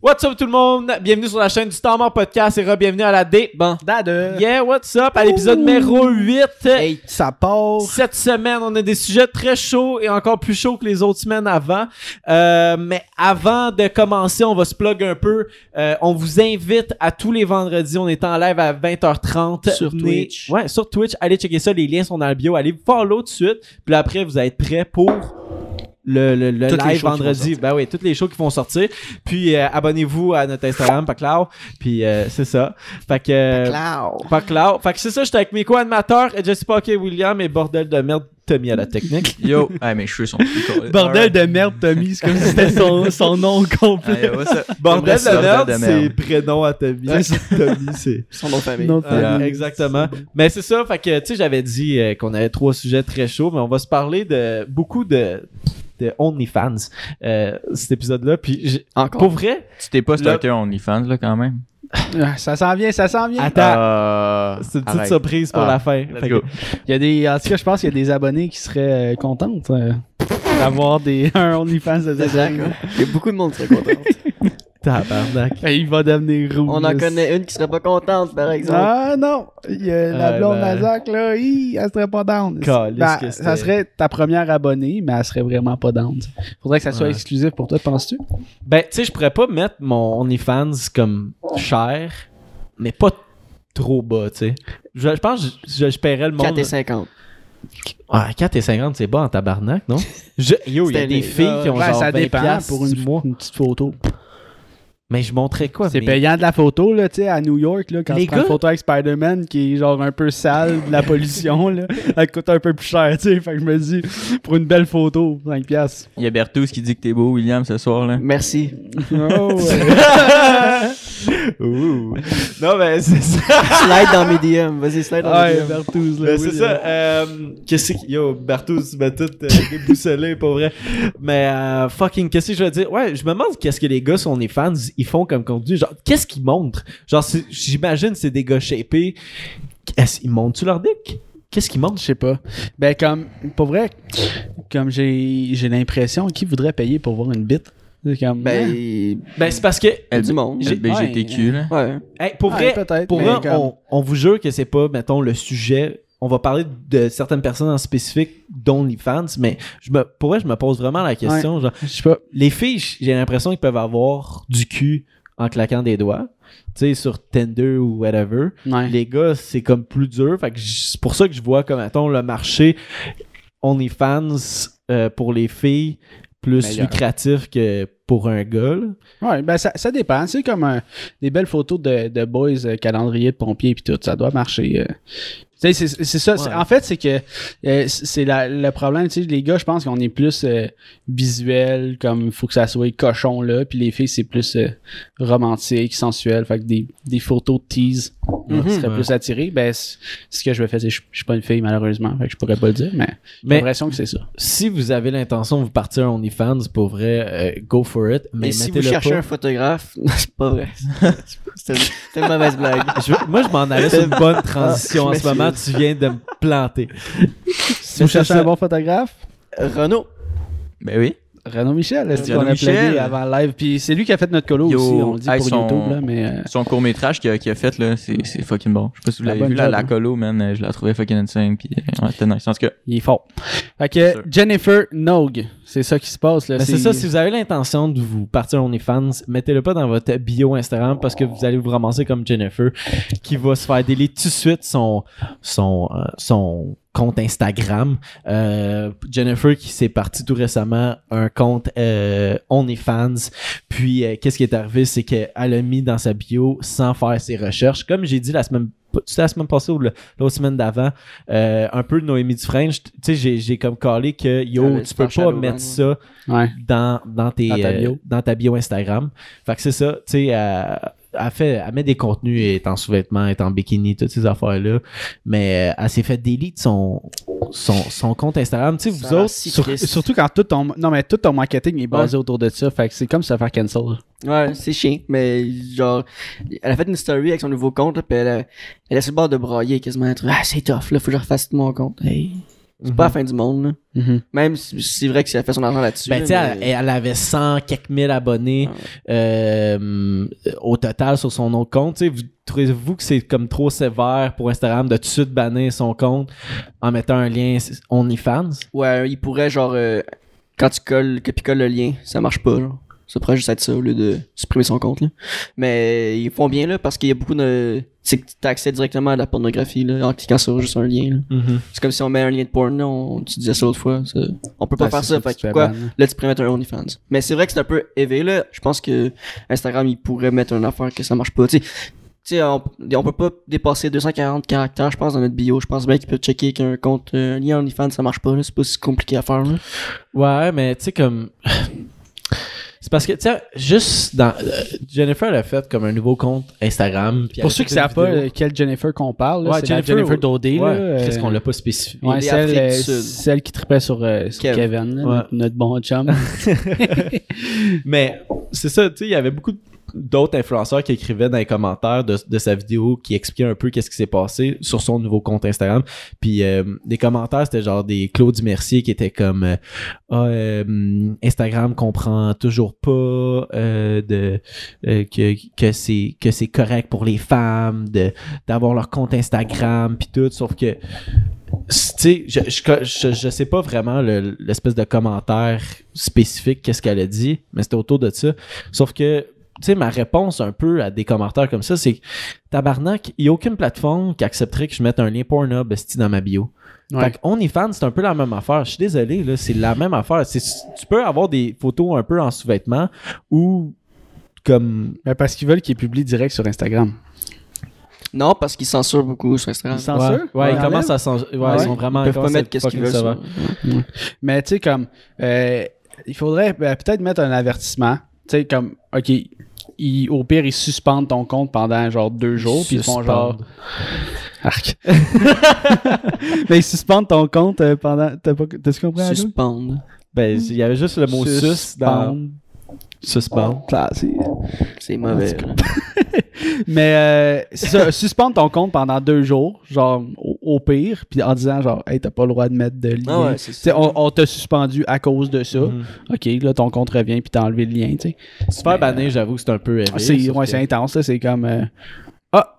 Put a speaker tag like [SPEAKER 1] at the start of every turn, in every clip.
[SPEAKER 1] What's up tout le monde? Bienvenue sur la chaîne du Temps Mort Podcast et re-bienvenue à la débandade.
[SPEAKER 2] Dada.
[SPEAKER 1] Yeah, what's up? À l'épisode
[SPEAKER 2] Ouh.
[SPEAKER 1] numéro 8.
[SPEAKER 2] Hey, ça part.
[SPEAKER 1] Cette semaine, on a des sujets très chauds et encore plus chauds que les autres semaines avant. Euh, mais avant de commencer, on va se plug un peu. Euh, on vous invite à tous les vendredis. On est en live à 20h30.
[SPEAKER 2] Sur Twitch.
[SPEAKER 1] Ouais, sur Twitch. Allez checker ça. Les liens sont dans le bio. Allez follow tout de suite. Puis là, après, vous allez être prêts pour le, le, le
[SPEAKER 2] Toutes les
[SPEAKER 1] live
[SPEAKER 2] shows qui vont
[SPEAKER 1] vendredi.
[SPEAKER 2] sortir.
[SPEAKER 1] Ben oui, toutes les shows qui vont sortir. Puis euh, abonnez-vous à notre Instagram, Paclao. Puis euh, c'est ça. Fait que... euh,
[SPEAKER 2] Cloud.
[SPEAKER 1] pas clair. Fait que c'est ça, j'étais avec mes co-animateurs, euh, Jesse Parker William et bordel de merde Tommy à la technique.
[SPEAKER 3] Yo, ah mes cheveux sont plus colorés.
[SPEAKER 2] Bordel
[SPEAKER 3] Alright.
[SPEAKER 2] de merde, Tommy. C'est comme si c'était son, son nom complet.
[SPEAKER 3] Hey, Ah, what's up?
[SPEAKER 1] Bordel
[SPEAKER 3] J'aimerais ça,
[SPEAKER 1] de merde,
[SPEAKER 3] bordel de
[SPEAKER 1] c'est
[SPEAKER 3] merde.
[SPEAKER 1] prénom à Tommy. Tommy, c'est.
[SPEAKER 4] Son nom de famille.
[SPEAKER 2] Nom de
[SPEAKER 1] Euh,
[SPEAKER 2] famille.
[SPEAKER 1] exactement. Mais c'est ça, fait que, tu sais, j'avais dit euh, qu'on avait trois sujets très chauds, mais on va se parler de beaucoup de, de OnlyFans, euh, cet épisode-là. Puis, j'ai-
[SPEAKER 4] Encore.
[SPEAKER 1] pour vrai,
[SPEAKER 3] Tu t'es pas starté en OnlyFans là quand même?
[SPEAKER 2] Ah, Ça s'en vient, ça s'en vient. Ah,
[SPEAKER 1] Attends.
[SPEAKER 3] Euh,
[SPEAKER 1] c'est une petite
[SPEAKER 3] arrête.
[SPEAKER 1] surprise pour
[SPEAKER 3] Ah,
[SPEAKER 1] la fin.
[SPEAKER 3] Let's
[SPEAKER 1] Fait
[SPEAKER 3] go.
[SPEAKER 2] Il y a des, en tout cas, je pense qu'il y a des abonnés qui seraient euh, contentes euh, d'avoir des, un OnlyFans de cette
[SPEAKER 4] Exact.
[SPEAKER 2] année.
[SPEAKER 4] Il y a beaucoup de monde qui serait content.
[SPEAKER 1] que, tabarnak.
[SPEAKER 2] Et il va devenir rouge.
[SPEAKER 4] On en connaît une qui serait pas contente, par exemple.
[SPEAKER 2] Ah non! Il y a
[SPEAKER 1] Ah,
[SPEAKER 2] la blonde
[SPEAKER 1] ben.
[SPEAKER 2] Nazac, là, hi, elle serait pas down.
[SPEAKER 1] Calisse
[SPEAKER 2] Ben,
[SPEAKER 1] que c'était.
[SPEAKER 2] ça serait ta première abonnée, mais elle serait vraiment pas down. Faudrait que ça soit
[SPEAKER 1] Ouais.
[SPEAKER 2] exclusif pour toi, penses-tu?
[SPEAKER 1] Ben, tu sais, je pourrais pas mettre mon OnlyFans comme cher, mais pas t- trop bas, tu sais. Je, je pense que je, je, je paierais le monde.
[SPEAKER 4] 4 et 50.
[SPEAKER 1] Ah, 4 et 50, c'est bas en tabarnak, non? Je- yo, il y a
[SPEAKER 4] C'était
[SPEAKER 1] des
[SPEAKER 4] les-
[SPEAKER 1] filles qui ont
[SPEAKER 2] Euh, Ouais,
[SPEAKER 1] genre
[SPEAKER 2] Ben, ça
[SPEAKER 1] 20
[SPEAKER 2] dépend
[SPEAKER 1] piastres
[SPEAKER 2] pour une,
[SPEAKER 1] du mois.
[SPEAKER 2] une petite photo.
[SPEAKER 1] Mais je montrais quoi?
[SPEAKER 2] C'est
[SPEAKER 1] mes-
[SPEAKER 2] payant de la photo, là, tu sais, à New York, là, quand
[SPEAKER 1] Les
[SPEAKER 2] tu prends une
[SPEAKER 1] gars-
[SPEAKER 2] photo avec Spider-Man qui est genre un peu sale, de la pollution, là, elle coûte un peu plus cher, tu sais. Fait que je me dis, pour une belle photo, 5 piastres.
[SPEAKER 3] Il y a Berthouz qui dit que t'es beau, William, ce soir là.
[SPEAKER 4] Merci.
[SPEAKER 2] Oh, ouais.
[SPEAKER 1] Ouh. Non, mais c'est ça.
[SPEAKER 4] Slide dans mes DM. Vas-y, slide dans mes
[SPEAKER 2] Ouais,
[SPEAKER 4] DM.
[SPEAKER 1] ben,
[SPEAKER 2] Bertouz, là,
[SPEAKER 1] Mais
[SPEAKER 2] Ben oui, hein.
[SPEAKER 1] c'est
[SPEAKER 2] là.
[SPEAKER 1] ça. euh, qu'est-ce que. Yo, Bartous, tu m'as tout euh, déboussolé, pour vrai. Mais euh, fucking, qu'est-ce que je veux dire? Ouais, je me demande qu'est-ce que les gars sont les fans, ils font comme contenu. Genre, qu'est-ce qu'ils montrent? Genre, c'est- j'imagine c'est des gars shapés. Est-ce- ils montrent-tu leur dick? Qu'est-ce qu'ils montrent?
[SPEAKER 2] Je sais pas. Ben, comme, pour vrai, comme j'ai j'ai l'impression, qui voudrait payer pour voir une bite? C'est Comme,
[SPEAKER 4] Ben,
[SPEAKER 2] hein?
[SPEAKER 1] Ben, c'est parce que.
[SPEAKER 3] Elle
[SPEAKER 4] du monde.
[SPEAKER 3] J'ai BGTQ là.
[SPEAKER 4] Ouais.
[SPEAKER 1] hey, pour
[SPEAKER 2] Ouais,
[SPEAKER 1] vrai,
[SPEAKER 2] peut-être.
[SPEAKER 1] Pour
[SPEAKER 2] mais
[SPEAKER 1] vrai,
[SPEAKER 2] comme-
[SPEAKER 1] on, on vous jure que c'est pas, mettons, le sujet. On va parler de certaines personnes en spécifique, dont les fans, mais je me, pour vrai, je me pose vraiment la question. Genre,
[SPEAKER 2] Je sais pas.
[SPEAKER 1] les filles, j- j'ai l'impression qu'ils peuvent avoir du cul en claquant des doigts, tu sais, sur Tinder ou whatever.
[SPEAKER 2] Ouais.
[SPEAKER 1] Les gars, c'est comme plus dur. Fait que j- c'est pour ça que je vois, comme, mettons, le marché OnlyFans euh, pour les filles plus
[SPEAKER 2] Meilleur.
[SPEAKER 1] lucratif que pour un gars. là.
[SPEAKER 2] Ouais, ben, ça, ça dépend. C'est comme un- des belles photos de, de boys, euh, calendrier de pompiers puis tout. Ça doit marcher. euh. Tu sais, C'est c'est ça.
[SPEAKER 1] Ouais.
[SPEAKER 2] C'est- En fait, c'est que euh, c'est la- le problème. tu sais, Les gars, je pense qu'on est plus euh, visuel, comme faut que ça soit cochon là. Puis les filles, c'est plus euh, romantique, sensuel. Fait que des, des photos de tease
[SPEAKER 1] Mhm.
[SPEAKER 2] je serait
[SPEAKER 1] Ouais.
[SPEAKER 2] plus attiré. Ben, c'est c'est ce que je vais faire. c'est- Je je suis pas une fille, malheureusement. Fait que je pourrais pas le dire, mais j'ai
[SPEAKER 1] Mais
[SPEAKER 2] l'impression que c'est ça.
[SPEAKER 1] si vous avez l'intention de vous partir en OnlyFans, pour vrai, euh, go for it. Mais
[SPEAKER 4] Mais si vous
[SPEAKER 1] mettez-le
[SPEAKER 4] cherchez
[SPEAKER 1] pas.
[SPEAKER 4] un photographe, non, c'est pas vrai. C'était c'était une mauvaise blague.
[SPEAKER 1] Je veux- moi, je m'en allais sur une bonne transition.
[SPEAKER 4] Ah,
[SPEAKER 1] en
[SPEAKER 4] je
[SPEAKER 1] ce moment, tu viens de me planter.
[SPEAKER 2] Si vous
[SPEAKER 1] c'est
[SPEAKER 2] cherchez
[SPEAKER 1] ça.
[SPEAKER 2] un bon photographe,
[SPEAKER 4] Renaud.
[SPEAKER 3] Ben oui.
[SPEAKER 2] Renaud Michel, est-ce
[SPEAKER 3] Renaud
[SPEAKER 2] qu'on a plaidé
[SPEAKER 3] Michel.
[SPEAKER 2] avant le live? Puis c'est lui qui a fait notre colo
[SPEAKER 3] Yo,
[SPEAKER 2] aussi, on le dit
[SPEAKER 3] hey,
[SPEAKER 2] pour
[SPEAKER 3] son-
[SPEAKER 2] YouTube, là, mais. euh,
[SPEAKER 3] Son court métrage qu'il a, qu'il a fait là, c'est c'est fucking bon. Je sais pas si vous
[SPEAKER 2] La
[SPEAKER 3] l'avez
[SPEAKER 2] bonne
[SPEAKER 3] vu là,
[SPEAKER 2] job,
[SPEAKER 3] la
[SPEAKER 2] hein.
[SPEAKER 3] colo, man, euh, je la trouvais fucking insane. Puis euh, ouais, c'était nice. En tout cas,
[SPEAKER 2] Il est fort. Fait que
[SPEAKER 3] sûr.
[SPEAKER 2] Jennifer Nog, c'est ça qui se passe.
[SPEAKER 1] Mais
[SPEAKER 2] Là,
[SPEAKER 1] Ben, c'est ça, si vous avez l'intention de vous partir en OnlyFans, mettez-le pas dans votre bio Instagram parce que vous allez vous ramasser comme Jennifer qui va se faire délire tout de suite son, son, euh, son compte Instagram. Euh, Jennifer qui s'est partie tout récemment un compte euh, OnlyFans. Puis, euh, qu'est-ce qui est arrivé, c'est qu'elle a mis dans sa bio sans faire ses recherches. Comme j'ai dit la semaine c'était la semaine passée ou le- l'autre semaine d'avant, euh, un peu de Noémie Dufresne, je- tu sais, j'ai- j'ai comme calé que, yo,
[SPEAKER 4] Avec
[SPEAKER 1] tu peux
[SPEAKER 4] Star
[SPEAKER 1] pas
[SPEAKER 4] Shadow
[SPEAKER 1] mettre
[SPEAKER 4] Band,
[SPEAKER 1] ça
[SPEAKER 2] Ouais.
[SPEAKER 1] dans, dans, tes,
[SPEAKER 2] Dans ta
[SPEAKER 1] euh,
[SPEAKER 2] bio.
[SPEAKER 1] dans ta bio Instagram. Fait que c'est ça, tu sais, elle, elle fait, elle met des contenus, elle est en sous-vêtements, elle est en bikini, toutes ces affaires-là, mais euh, elle s'est fait délite son, son, son compte Instagram. Tu sais,
[SPEAKER 4] Ça
[SPEAKER 1] vous
[SPEAKER 4] a l'air
[SPEAKER 1] autres,
[SPEAKER 4] si
[SPEAKER 1] sur-
[SPEAKER 4] triste.
[SPEAKER 2] Surtout quand tout ton, non, mais tout ton marketing est basé autour de ça. Fait que c'est comme se faire cancel.
[SPEAKER 4] Ouais, c'est chiant. Mais genre, elle a fait une story avec son nouveau compte, là, puis elle, a- elle est sur le bord de brailler quasiment. Elle a trouvé, Ah, c'est tough, là, faut que je refasse tout mon compte. Hey. C'est pas la
[SPEAKER 1] Mhm.
[SPEAKER 4] fin du monde, là. Même si c'est vrai que c'est- elle fait son argent là-dessus.
[SPEAKER 1] Ben,
[SPEAKER 4] là,
[SPEAKER 1] tu sais, elle,
[SPEAKER 4] mais-
[SPEAKER 1] elle avait 100 quelques mille abonnés
[SPEAKER 2] Ah
[SPEAKER 1] euh, au total sur son autre compte. Tu sais, vous- Trouvez-vous que c'est comme trop sévère pour Instagram de tout de suite bannir son compte en mettant un lien OnlyFans?
[SPEAKER 4] Ouais, il pourrait, genre, euh, quand tu colles, que tu colles le lien, ça marche pas, genre. Ça pourrait juste être ça au lieu de supprimer son compte, là. Mais ils font bien, là, parce qu'il y a beaucoup de. C'est que t'as accès directement à la pornographie, là, en cliquant sur juste un lien, là.
[SPEAKER 2] Mm-hmm.
[SPEAKER 4] C'est comme si on met un lien de porn, là, on, tu disais ça l'autre fois. ça- On peut pas faire ça, fait que quoi? Là, tu pourrais mettre un OnlyFans. Mais c'est vrai que c'est un peu éveillé, là. Je pense que Instagram, il pourrait mettre une affaire que ça marche pas. Tu sais, tu sais, on, on peut pas dépasser 240 caractères, je pense, dans notre bio. Je pense bien qu'ils peuvent checker qu'un compte, euh, un lien OnlyFans, ça marche pas, là. C'est pas si compliqué à faire, là.
[SPEAKER 1] Ouais, mais tu sais, comme. C'est parce que, tu sais, juste dans. euh, Jennifer l'a fait comme un nouveau compte Instagram. puis elle a
[SPEAKER 2] Pour ceux
[SPEAKER 1] fait
[SPEAKER 2] qui
[SPEAKER 1] une
[SPEAKER 2] savent pas
[SPEAKER 1] vidéo.
[SPEAKER 2] euh, quelle Jennifer qu'on parle, là,
[SPEAKER 1] Ouais,
[SPEAKER 2] c'est la Jennifer, Dodé.
[SPEAKER 1] ouais,
[SPEAKER 2] là,
[SPEAKER 1] qu'est-ce
[SPEAKER 2] euh,
[SPEAKER 1] qu'on l'a pas spécifié?
[SPEAKER 2] ouais,
[SPEAKER 4] Il est
[SPEAKER 2] celle,
[SPEAKER 4] d'Afrique
[SPEAKER 2] euh,
[SPEAKER 4] du Sud.
[SPEAKER 2] celle qui tripait sur, euh, sur
[SPEAKER 4] Kev.
[SPEAKER 2] Kevin, là,
[SPEAKER 1] Ouais.
[SPEAKER 2] notre, notre bon chum.
[SPEAKER 1] Mais c'est ça, tu sais, il y avait beaucoup d'autres influenceurs qui écrivaient dans les commentaires de, de sa vidéo qui expliquaient un peu qu'est-ce qui s'est passé sur son nouveau compte Instagram. Puis euh, des commentaires, c'était genre des Claude Mercier qui étaient comme euh, Ah, euh, Instagram comprend toujours pas euh, de euh, que, que c'est que c'est correct pour les femmes de d'avoir leur compte Instagram puis tout, sauf que tu sais, je, je, je, je sais pas vraiment le- l'espèce de commentaire spécifique, qu'est-ce qu'elle a dit, mais c'était autour de ça. Sauf que, tu sais, ma réponse un peu à des commentaires comme ça, c'est que, tabarnak, il n'y a aucune plateforme qui accepterait que je mette un lien Pornhub esti, dans ma bio.
[SPEAKER 2] Ouais.
[SPEAKER 1] Fait OnlyFans, c'est un peu la même affaire. Je suis désolé, là, c'est la même affaire. C'est- Tu peux avoir des photos un peu en sous-vêtements ou comme.
[SPEAKER 2] Ben, parce qu'ils veulent qu'ils publient direct sur Instagram.
[SPEAKER 4] Non, parce qu'ils censurent beaucoup sur Instagram.
[SPEAKER 2] Ils censurent?
[SPEAKER 1] Ouais, ouais,
[SPEAKER 2] Ils
[SPEAKER 1] ils
[SPEAKER 2] enlèvent?
[SPEAKER 1] commencent à s'en- ouais,
[SPEAKER 2] Ouais.
[SPEAKER 1] ils sont vraiment.
[SPEAKER 4] Ils peuvent pas
[SPEAKER 1] commencent à
[SPEAKER 4] mettre qu'est-ce qu'ils
[SPEAKER 1] fucking
[SPEAKER 4] veulent.
[SPEAKER 1] savoir.
[SPEAKER 4] sur-
[SPEAKER 2] Mais tu sais, comme, euh, il faudrait ben, peut-être mettre un avertissement. Tu sais, comme, OK, ils- au pire, ils suspendent ton compte pendant genre deux jours, puis ils font genre.
[SPEAKER 1] Suspendent.
[SPEAKER 2] Arc. Mais ils suspendent ton compte euh, pendant. T'as pas... T'as-tu compris? Ado?
[SPEAKER 4] Suspendre.
[SPEAKER 1] Ben, il y avait juste le mot sus dans.
[SPEAKER 2] Suspendre.
[SPEAKER 1] Suspend.
[SPEAKER 2] Ah, c'est-
[SPEAKER 4] C'est mauvais. là.
[SPEAKER 2] Mais euh, c'est ça, suspendre ton compte pendant deux jours, genre au, au pire, puis en disant genre, hey, t'as pas le droit de mettre de lien.
[SPEAKER 4] Ah ouais, c'est
[SPEAKER 2] Tu sais,
[SPEAKER 4] ça.
[SPEAKER 2] on, on t'a suspendu à cause de ça.
[SPEAKER 1] Mhm.
[SPEAKER 2] Ok, là, ton compte revient, puis t'as enlevé le lien, tu sais.
[SPEAKER 1] Se faire bannir, j'avoue, c'est un peu élevé,
[SPEAKER 2] Ah, C'est
[SPEAKER 1] sauf
[SPEAKER 2] ouais,
[SPEAKER 1] que-
[SPEAKER 2] c'est intense, là, c'est comme. euh, ah,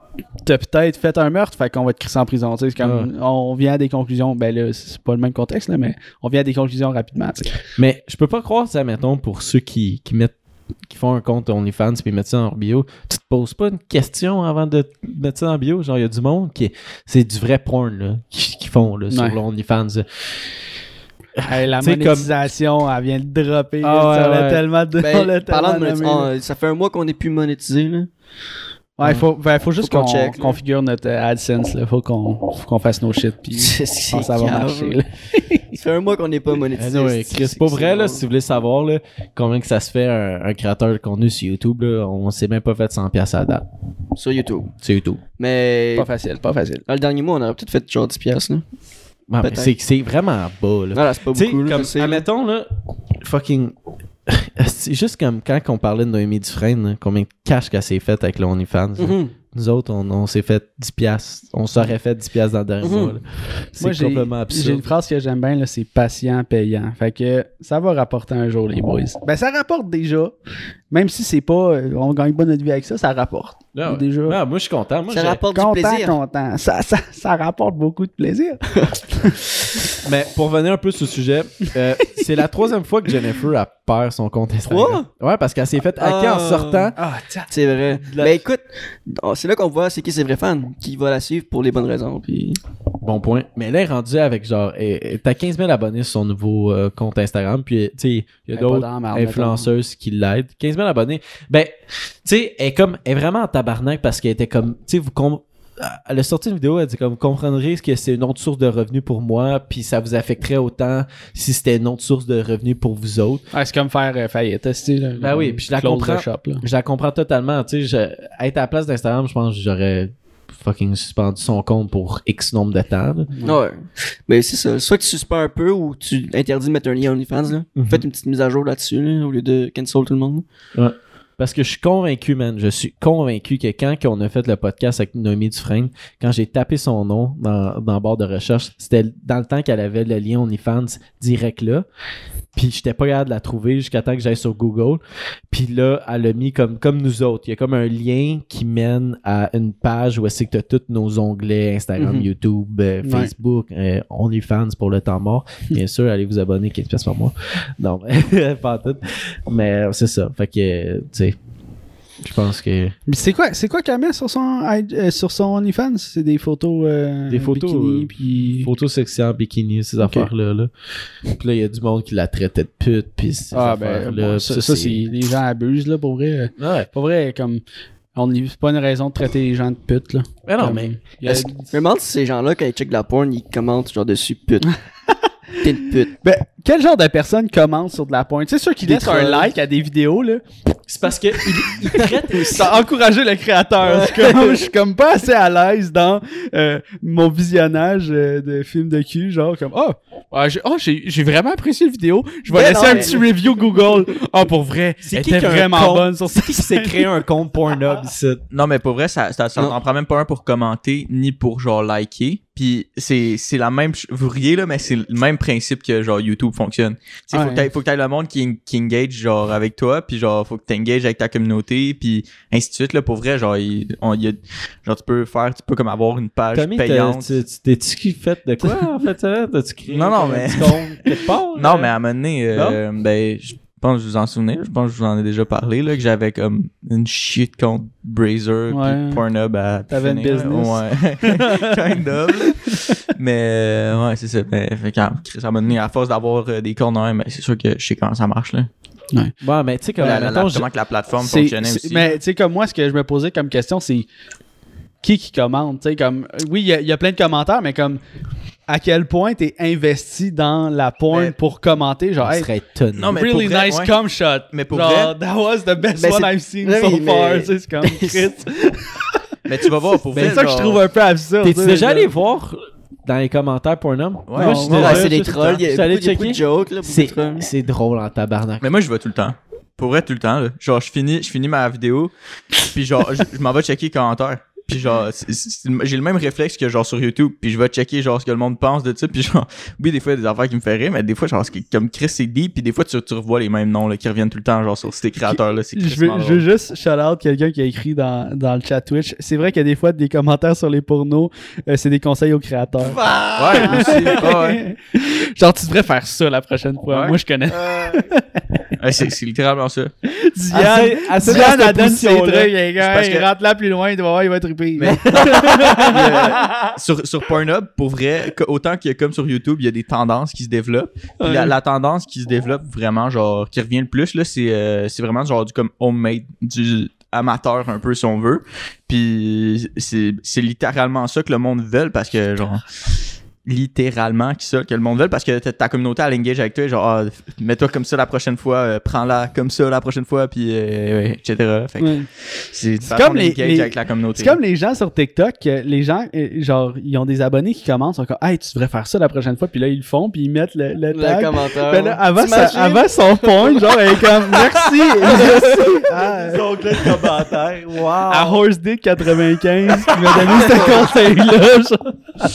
[SPEAKER 2] t'as peut-être fait un meurtre, fait qu'on va te crisser en prison. tu sais, C'est comme, on vient à des conclusions, ben là, c'est pas le même contexte, là, mais on vient à des conclusions rapidement. tu sais.
[SPEAKER 1] Mais je peux pas croire ça, mettons, pour ceux qui, qui mettent qui font un compte OnlyFans puis mettent ça en bio, tu te poses pas une question avant de te mettre ça en bio, genre il y a du monde qui c'est du vrai porn là qui, qui font là, sur
[SPEAKER 2] Ouais.
[SPEAKER 1] l'OnlyFans.
[SPEAKER 2] Hey, la
[SPEAKER 1] Tu sais, comme-
[SPEAKER 2] monétisation, elle vient de dropper.
[SPEAKER 1] Ah
[SPEAKER 2] là, ça
[SPEAKER 1] ouais,
[SPEAKER 2] l'a
[SPEAKER 1] ouais.
[SPEAKER 2] tellement de. on
[SPEAKER 4] Ben,
[SPEAKER 2] l'a tellement
[SPEAKER 4] parlant de
[SPEAKER 2] nommé,
[SPEAKER 4] monétisation,
[SPEAKER 2] là.
[SPEAKER 4] ça fait un mois qu'on est plus monétisé, là.
[SPEAKER 2] Ouais, faut, ben, faut juste
[SPEAKER 4] Faut qu'on
[SPEAKER 2] qu'on
[SPEAKER 4] check, là.
[SPEAKER 2] configure notre euh, AdSense, là. Faut qu'on faut qu'on fasse nos shit, puis
[SPEAKER 4] C'est
[SPEAKER 2] je pense que Ah, ça va
[SPEAKER 4] grave.
[SPEAKER 2] marcher, là.
[SPEAKER 4] Ça fait un mois qu'on n'est pas monétisé.
[SPEAKER 1] Anyway, Ah Chris,
[SPEAKER 4] c'est-
[SPEAKER 1] pour
[SPEAKER 4] c'est
[SPEAKER 1] vrai là,
[SPEAKER 4] drôle.
[SPEAKER 1] si vous voulez savoir là, combien que ça se fait un, un créateur de contenu sur YouTube là, on s'est même pas fait 100 pièces à la date.
[SPEAKER 4] Sur YouTube.
[SPEAKER 1] C'est YouTube.
[SPEAKER 4] Mais
[SPEAKER 2] Pas facile, pas facile.
[SPEAKER 4] dans Ah, le dernier mois, on aurait peut-être fait genre 10 piastres, là.
[SPEAKER 1] Ouais, Ah, mais
[SPEAKER 4] Peut-être.
[SPEAKER 1] c'est c'est vraiment bas là.
[SPEAKER 4] Non, là, c'est pas
[SPEAKER 1] Tu sais,
[SPEAKER 4] beaucoup, là,
[SPEAKER 1] comme,
[SPEAKER 4] je sais, là.
[SPEAKER 1] admettons, là, fucking. C'est juste comme quand on parlait de Noémie Dufresne, là, combien de cash qu'elle s'est faite avec le OnlyFans. là.
[SPEAKER 4] Mhm.
[SPEAKER 1] Nous autres, on, on s'est fait 10 piastres. On s'aurait fait 10 piastres dans le dernier
[SPEAKER 4] Mhm.
[SPEAKER 1] mois. là.
[SPEAKER 2] Moi,
[SPEAKER 1] C'est
[SPEAKER 2] j'ai-
[SPEAKER 1] complètement
[SPEAKER 2] J'ai une
[SPEAKER 1] absurde.
[SPEAKER 2] phrase que j'aime bien, là, c'est patient, payant. Fait que ça va rapporter un jour, les boys. Ben, ça rapporte déjà. Même si c'est pas. euh, On gagne pas notre vie avec ça, ça rapporte.
[SPEAKER 1] Ah ouais.
[SPEAKER 2] Déjà.
[SPEAKER 1] Ah, moi, je suis content. Moi,
[SPEAKER 4] Ça
[SPEAKER 1] j'ai-
[SPEAKER 4] rapporte du
[SPEAKER 2] Content,
[SPEAKER 4] plaisir.
[SPEAKER 2] content. Ça, ça, ça rapporte beaucoup de plaisir.
[SPEAKER 1] Mais pour revenir un peu sur le sujet, euh, c'est la troisième fois que Jennifer a perd son compte Instagram. Ouais, parce qu'elle s'est fait hacker en
[SPEAKER 4] Ah.
[SPEAKER 1] sortant.
[SPEAKER 2] Ah, tiens.
[SPEAKER 4] C'est vrai. Mais écoute, oh, c'est là qu'on voit c'est qui ses vrais fans, qui va la suivre pour les bonnes raisons. Puis...
[SPEAKER 1] Bon point. Mais là, elle est rendue avec genre. elle- elle- T'as 15 000 abonnés sur son nouveau euh, compte Instagram. Puis, tu sais, il y a d'autres
[SPEAKER 2] Ah,
[SPEAKER 1] influenceuse qui l'aide. 15 000 abonnés. Ben, tu sais, elle est comme, elle est vraiment en tabarnak parce qu'elle était comme, tu sais, vous com- elle a sorti une vidéo, elle dit comme, vous comprendrez que c'est une autre source de revenus pour moi, puis ça vous affecterait autant si c'était une autre source de revenus pour vous autres.
[SPEAKER 2] Ouais, c'est comme faire euh, faillite, tu sais, là.
[SPEAKER 1] Ben oui, puis je la
[SPEAKER 2] Close the
[SPEAKER 1] comprends.
[SPEAKER 2] shop, là.
[SPEAKER 1] Je la comprends totalement, tu sais, je- être à la place d'Instagram, je pense que j'aurais fucking suspendu son compte pour X nombre de temps. là.
[SPEAKER 4] Ouais. Mais c'est ça. Soit tu suspends un peu ou tu interdis de mettre un lien OnlyFans. Là.
[SPEAKER 1] Mhm.
[SPEAKER 4] Faites une petite mise à jour là-dessus là, au lieu de cancel tout le monde.
[SPEAKER 1] Ouais. Parce que je suis convaincu, man. Je suis convaincu que quand on a fait le podcast avec Noémie Dufresne, quand j'ai tapé son nom dans, dans le barre de recherche, c'était dans le temps qu'elle avait le lien OnlyFans direct là. Puis j'étais pas capable de la trouver jusqu'à temps que j'aille sur Google. Puis là, elle a mis comme, comme nous autres. Il y a comme un lien qui mène à une page où est-ce que tu as tous nos onglets Instagram,
[SPEAKER 4] Mhm.
[SPEAKER 1] YouTube, euh,
[SPEAKER 2] Ouais.
[SPEAKER 1] Facebook, euh, OnlyFans pour le temps mort. Bien sûr, allez vous abonner 15 pièces par mois. Non, mais pas en tout. Mais c'est ça. Fait que, euh, tu sais, je pense que
[SPEAKER 2] Mais c'est quoi, c'est quoi qu'elle met sur son, I- euh, sur son OnlyFans? C'est des photos. euh,
[SPEAKER 1] Des photos,
[SPEAKER 2] bikini,
[SPEAKER 1] euh,
[SPEAKER 2] puis-
[SPEAKER 1] photo sexy en bikini, ces affaires-là. Là. Puis là, il y a du monde qui la traitait de pute. Puis ces
[SPEAKER 2] Ah, ben,
[SPEAKER 1] affaires-là.
[SPEAKER 2] bon,
[SPEAKER 1] Puis
[SPEAKER 2] ça, ça, c'est. Les gens abusent, là, pour vrai.
[SPEAKER 1] Ouais.
[SPEAKER 2] Pour vrai, comme. On n'est c'est pas une raison de traiter les gens de putes, là.
[SPEAKER 1] Mais non,
[SPEAKER 2] Comme,
[SPEAKER 1] mais.
[SPEAKER 2] il y a-
[SPEAKER 4] Est-ce- Je me demande si ces gens-là, quand ils checkent de la porn, ils commentent genre dessus pute. T'es une pute.
[SPEAKER 2] Ben, quel genre de personne commente sur de la pointe? C'est sûr qu'ils
[SPEAKER 4] Des
[SPEAKER 2] laissent un
[SPEAKER 4] trolls.
[SPEAKER 2] like à des vidéos, là.
[SPEAKER 1] C'est parce que il, il traite.
[SPEAKER 2] Ça a encouragé le créateur. Je, suis comme, je suis comme pas assez à l'aise dans euh, mon visionnage euh, de films de cul. Genre, comme, oh, ouais, j'ai, oh, j'ai, j'ai vraiment apprécié la vidéo. Je vais
[SPEAKER 4] Mais
[SPEAKER 2] laisser
[SPEAKER 4] non,
[SPEAKER 2] un
[SPEAKER 4] mais-
[SPEAKER 2] petit review Google. Oh, pour vrai,
[SPEAKER 1] C'est
[SPEAKER 2] elle
[SPEAKER 1] qui
[SPEAKER 2] était
[SPEAKER 1] qui a un
[SPEAKER 2] vraiment
[SPEAKER 1] compte?
[SPEAKER 2] bonne sur ça.
[SPEAKER 1] qui s'est créé un compte Pornhub ici?
[SPEAKER 3] Non, mais pour vrai, ça, ça, ça
[SPEAKER 4] Non.
[SPEAKER 3] t'en prend même pas un pour commenter, ni pour genre liker. Puis c'est, c'est la même. ch- Vous riez là, mais c'est le même principe que genre YouTube fonctionne. Tu sais, faut
[SPEAKER 2] Ouais.
[SPEAKER 3] que t'ailles- faut que t'ailles le monde qui, qui engage genre avec toi, puis genre faut que t'engages avec ta communauté, puis ainsi de suite là. Pour vrai, genre, il, on, il y a, genre tu peux faire, tu peux comme avoir une page
[SPEAKER 1] Tommy, t'as-
[SPEAKER 3] payante.
[SPEAKER 1] tu- tu- t'es-tu fait de quoi en fait? ça? T'as-tu créé
[SPEAKER 3] Non, non,
[SPEAKER 1] un
[SPEAKER 3] mais-
[SPEAKER 1] petit compte quelque part?
[SPEAKER 3] Non,
[SPEAKER 2] Euh,
[SPEAKER 1] là?
[SPEAKER 3] mais à un moment donné, euh, ben, je pense que vous vous en souvenez, je pense que je vous en ai déjà parlé, là, que j'avais comme une shit contre Brazer
[SPEAKER 2] Ouais.
[SPEAKER 3] puis Pornhub à
[SPEAKER 2] T'avais une
[SPEAKER 3] finir, là. Ouais. kind of. là. mais, euh, ouais, c'est ça. Mais, fait qu'à- Chris, à un moment donné, à force d'avoir euh, des comptes, mais c'est sûr que je sais comment ça marche, là.
[SPEAKER 1] Bon, Ah, mais tu sais, comme.
[SPEAKER 3] La- la- la-
[SPEAKER 1] mettons, je-
[SPEAKER 3] comment que la plateforme
[SPEAKER 2] C'est-
[SPEAKER 3] fonctionnait
[SPEAKER 2] c'est-
[SPEAKER 3] aussi.
[SPEAKER 2] Mais tu sais, comme moi, ce que je me posais comme question, c'est qui qui commande? Tu sais, comme, oui, il y, a- il y a plein de commentaires, mais comme, à quel point t'es investi dans la pointe
[SPEAKER 3] Ben,
[SPEAKER 2] pour commenter? Genre,
[SPEAKER 1] je
[SPEAKER 2] hey,
[SPEAKER 1] serais étonné.
[SPEAKER 3] Non, mais pour
[SPEAKER 2] really
[SPEAKER 3] vrai,
[SPEAKER 2] nice
[SPEAKER 3] ouais.
[SPEAKER 2] cum shot.
[SPEAKER 3] Mais pour
[SPEAKER 2] Genre,
[SPEAKER 3] vrai-
[SPEAKER 2] that was the best
[SPEAKER 4] Ben,
[SPEAKER 2] one
[SPEAKER 4] c'est-
[SPEAKER 2] I've seen
[SPEAKER 4] Oui,
[SPEAKER 2] so
[SPEAKER 4] mais-
[SPEAKER 2] far. Tu sais, c'est comme, Chris.
[SPEAKER 3] Mais tu vas voir, pour
[SPEAKER 2] Ben,
[SPEAKER 3] vrai,
[SPEAKER 2] c'est ça que je
[SPEAKER 3] genre-
[SPEAKER 2] trouve un peu absurde.
[SPEAKER 1] T'es-tu
[SPEAKER 2] tu sais,
[SPEAKER 1] déjà
[SPEAKER 2] genre.
[SPEAKER 1] allé voir dans les commentaires Pornhub?
[SPEAKER 3] Ouais,
[SPEAKER 1] Moi, je suis
[SPEAKER 2] ouais,
[SPEAKER 1] déjà-
[SPEAKER 4] Ouais, c'est des
[SPEAKER 1] juste-
[SPEAKER 4] trolls, il y
[SPEAKER 1] je
[SPEAKER 4] a
[SPEAKER 1] suis allé
[SPEAKER 4] beaucoup, il y a beaucoup de
[SPEAKER 1] checker.
[SPEAKER 4] jokes, là, beaucoup de
[SPEAKER 1] C'est-
[SPEAKER 4] trolls.
[SPEAKER 1] C'est drôle en tabarnak.
[SPEAKER 3] Mais moi, je vais tout le temps. Pour vrai, tout le temps, là. Genre, je finis, je finis ma vidéo, puis genre, je, je m'en vais checker les commentaires. Puis genre, c'est- c'est- c'est le- j'ai le même réflexe que genre sur YouTube, puis je vais checker genre ce que le monde pense de ça, puis genre, oui, des fois, il y a des affaires qui me font rire, mais des fois, genre, ce qui- comme Chris, c'est deep, puis des fois, tu, tu revois les mêmes noms, là, qui reviennent tout le temps, genre, sur ces créateurs-là, c'est
[SPEAKER 2] Je veux,
[SPEAKER 3] crissement
[SPEAKER 2] je veux
[SPEAKER 3] drôle.
[SPEAKER 2] juste shout out quelqu'un qui a écrit dans, dans le chat Twitch. C'est vrai qu'il y a des fois des commentaires sur les pornos, euh, c'est des conseils aux créateurs.
[SPEAKER 3] Ouais, moi aussi, ouais, ouais.
[SPEAKER 2] Genre, tu devrais faire ça la prochaine fois.
[SPEAKER 3] Ouais. Euh,
[SPEAKER 2] Moi, je connais.
[SPEAKER 3] Ouais, c'est c'est littéralement ça.
[SPEAKER 2] Diane,
[SPEAKER 1] assez
[SPEAKER 2] Diane, elle donne ses
[SPEAKER 1] position-là.
[SPEAKER 2] trucs. les gars,
[SPEAKER 3] parce
[SPEAKER 2] il
[SPEAKER 3] que-
[SPEAKER 2] rentre là plus loin, il doit voir, il va triper.
[SPEAKER 3] Mais- Puis, euh, sur, sur Pornhub, pour vrai, que- autant que comme sur YouTube, il y a des tendances qui se développent. Puis La,
[SPEAKER 2] Ouais.
[SPEAKER 3] la tendance qui se développe vraiment, genre, qui revient le plus, là, c'est, euh, c'est vraiment genre du comme homemade, du amateur un peu si on veut. Puis c'est, c'est littéralement ça que le monde veut parce que genre littéralement que ça que le monde veut parce que ta, ta communauté elle engage avec toi genre Ah, mets-toi comme ça la prochaine fois euh, prends-la comme ça la prochaine fois puis euh, ouais, etc Fait que
[SPEAKER 2] Ouais.
[SPEAKER 3] c'est,
[SPEAKER 2] Mm. C'est comme les- les-
[SPEAKER 3] avec la communauté
[SPEAKER 2] C'est comme les gens sur TikTok, euh, les gens, euh, genre, ils ont des abonnés qui commencent, ils sont comme, hey, tu devrais faire ça la prochaine fois, puis là, ils le font, puis ils mettent le, le
[SPEAKER 4] Le
[SPEAKER 2] tag.
[SPEAKER 4] commentaire.
[SPEAKER 2] Ben là, avant, ça-
[SPEAKER 4] T'imagines?
[SPEAKER 2] avant son point, genre, elle est comme, merci, merci. Ah, euh,
[SPEAKER 1] commentaires,
[SPEAKER 3] Ah,
[SPEAKER 2] à
[SPEAKER 1] wow!
[SPEAKER 2] Horse Dick 95 qui m'a donné ce conseil-là. genre.
[SPEAKER 4] Ah.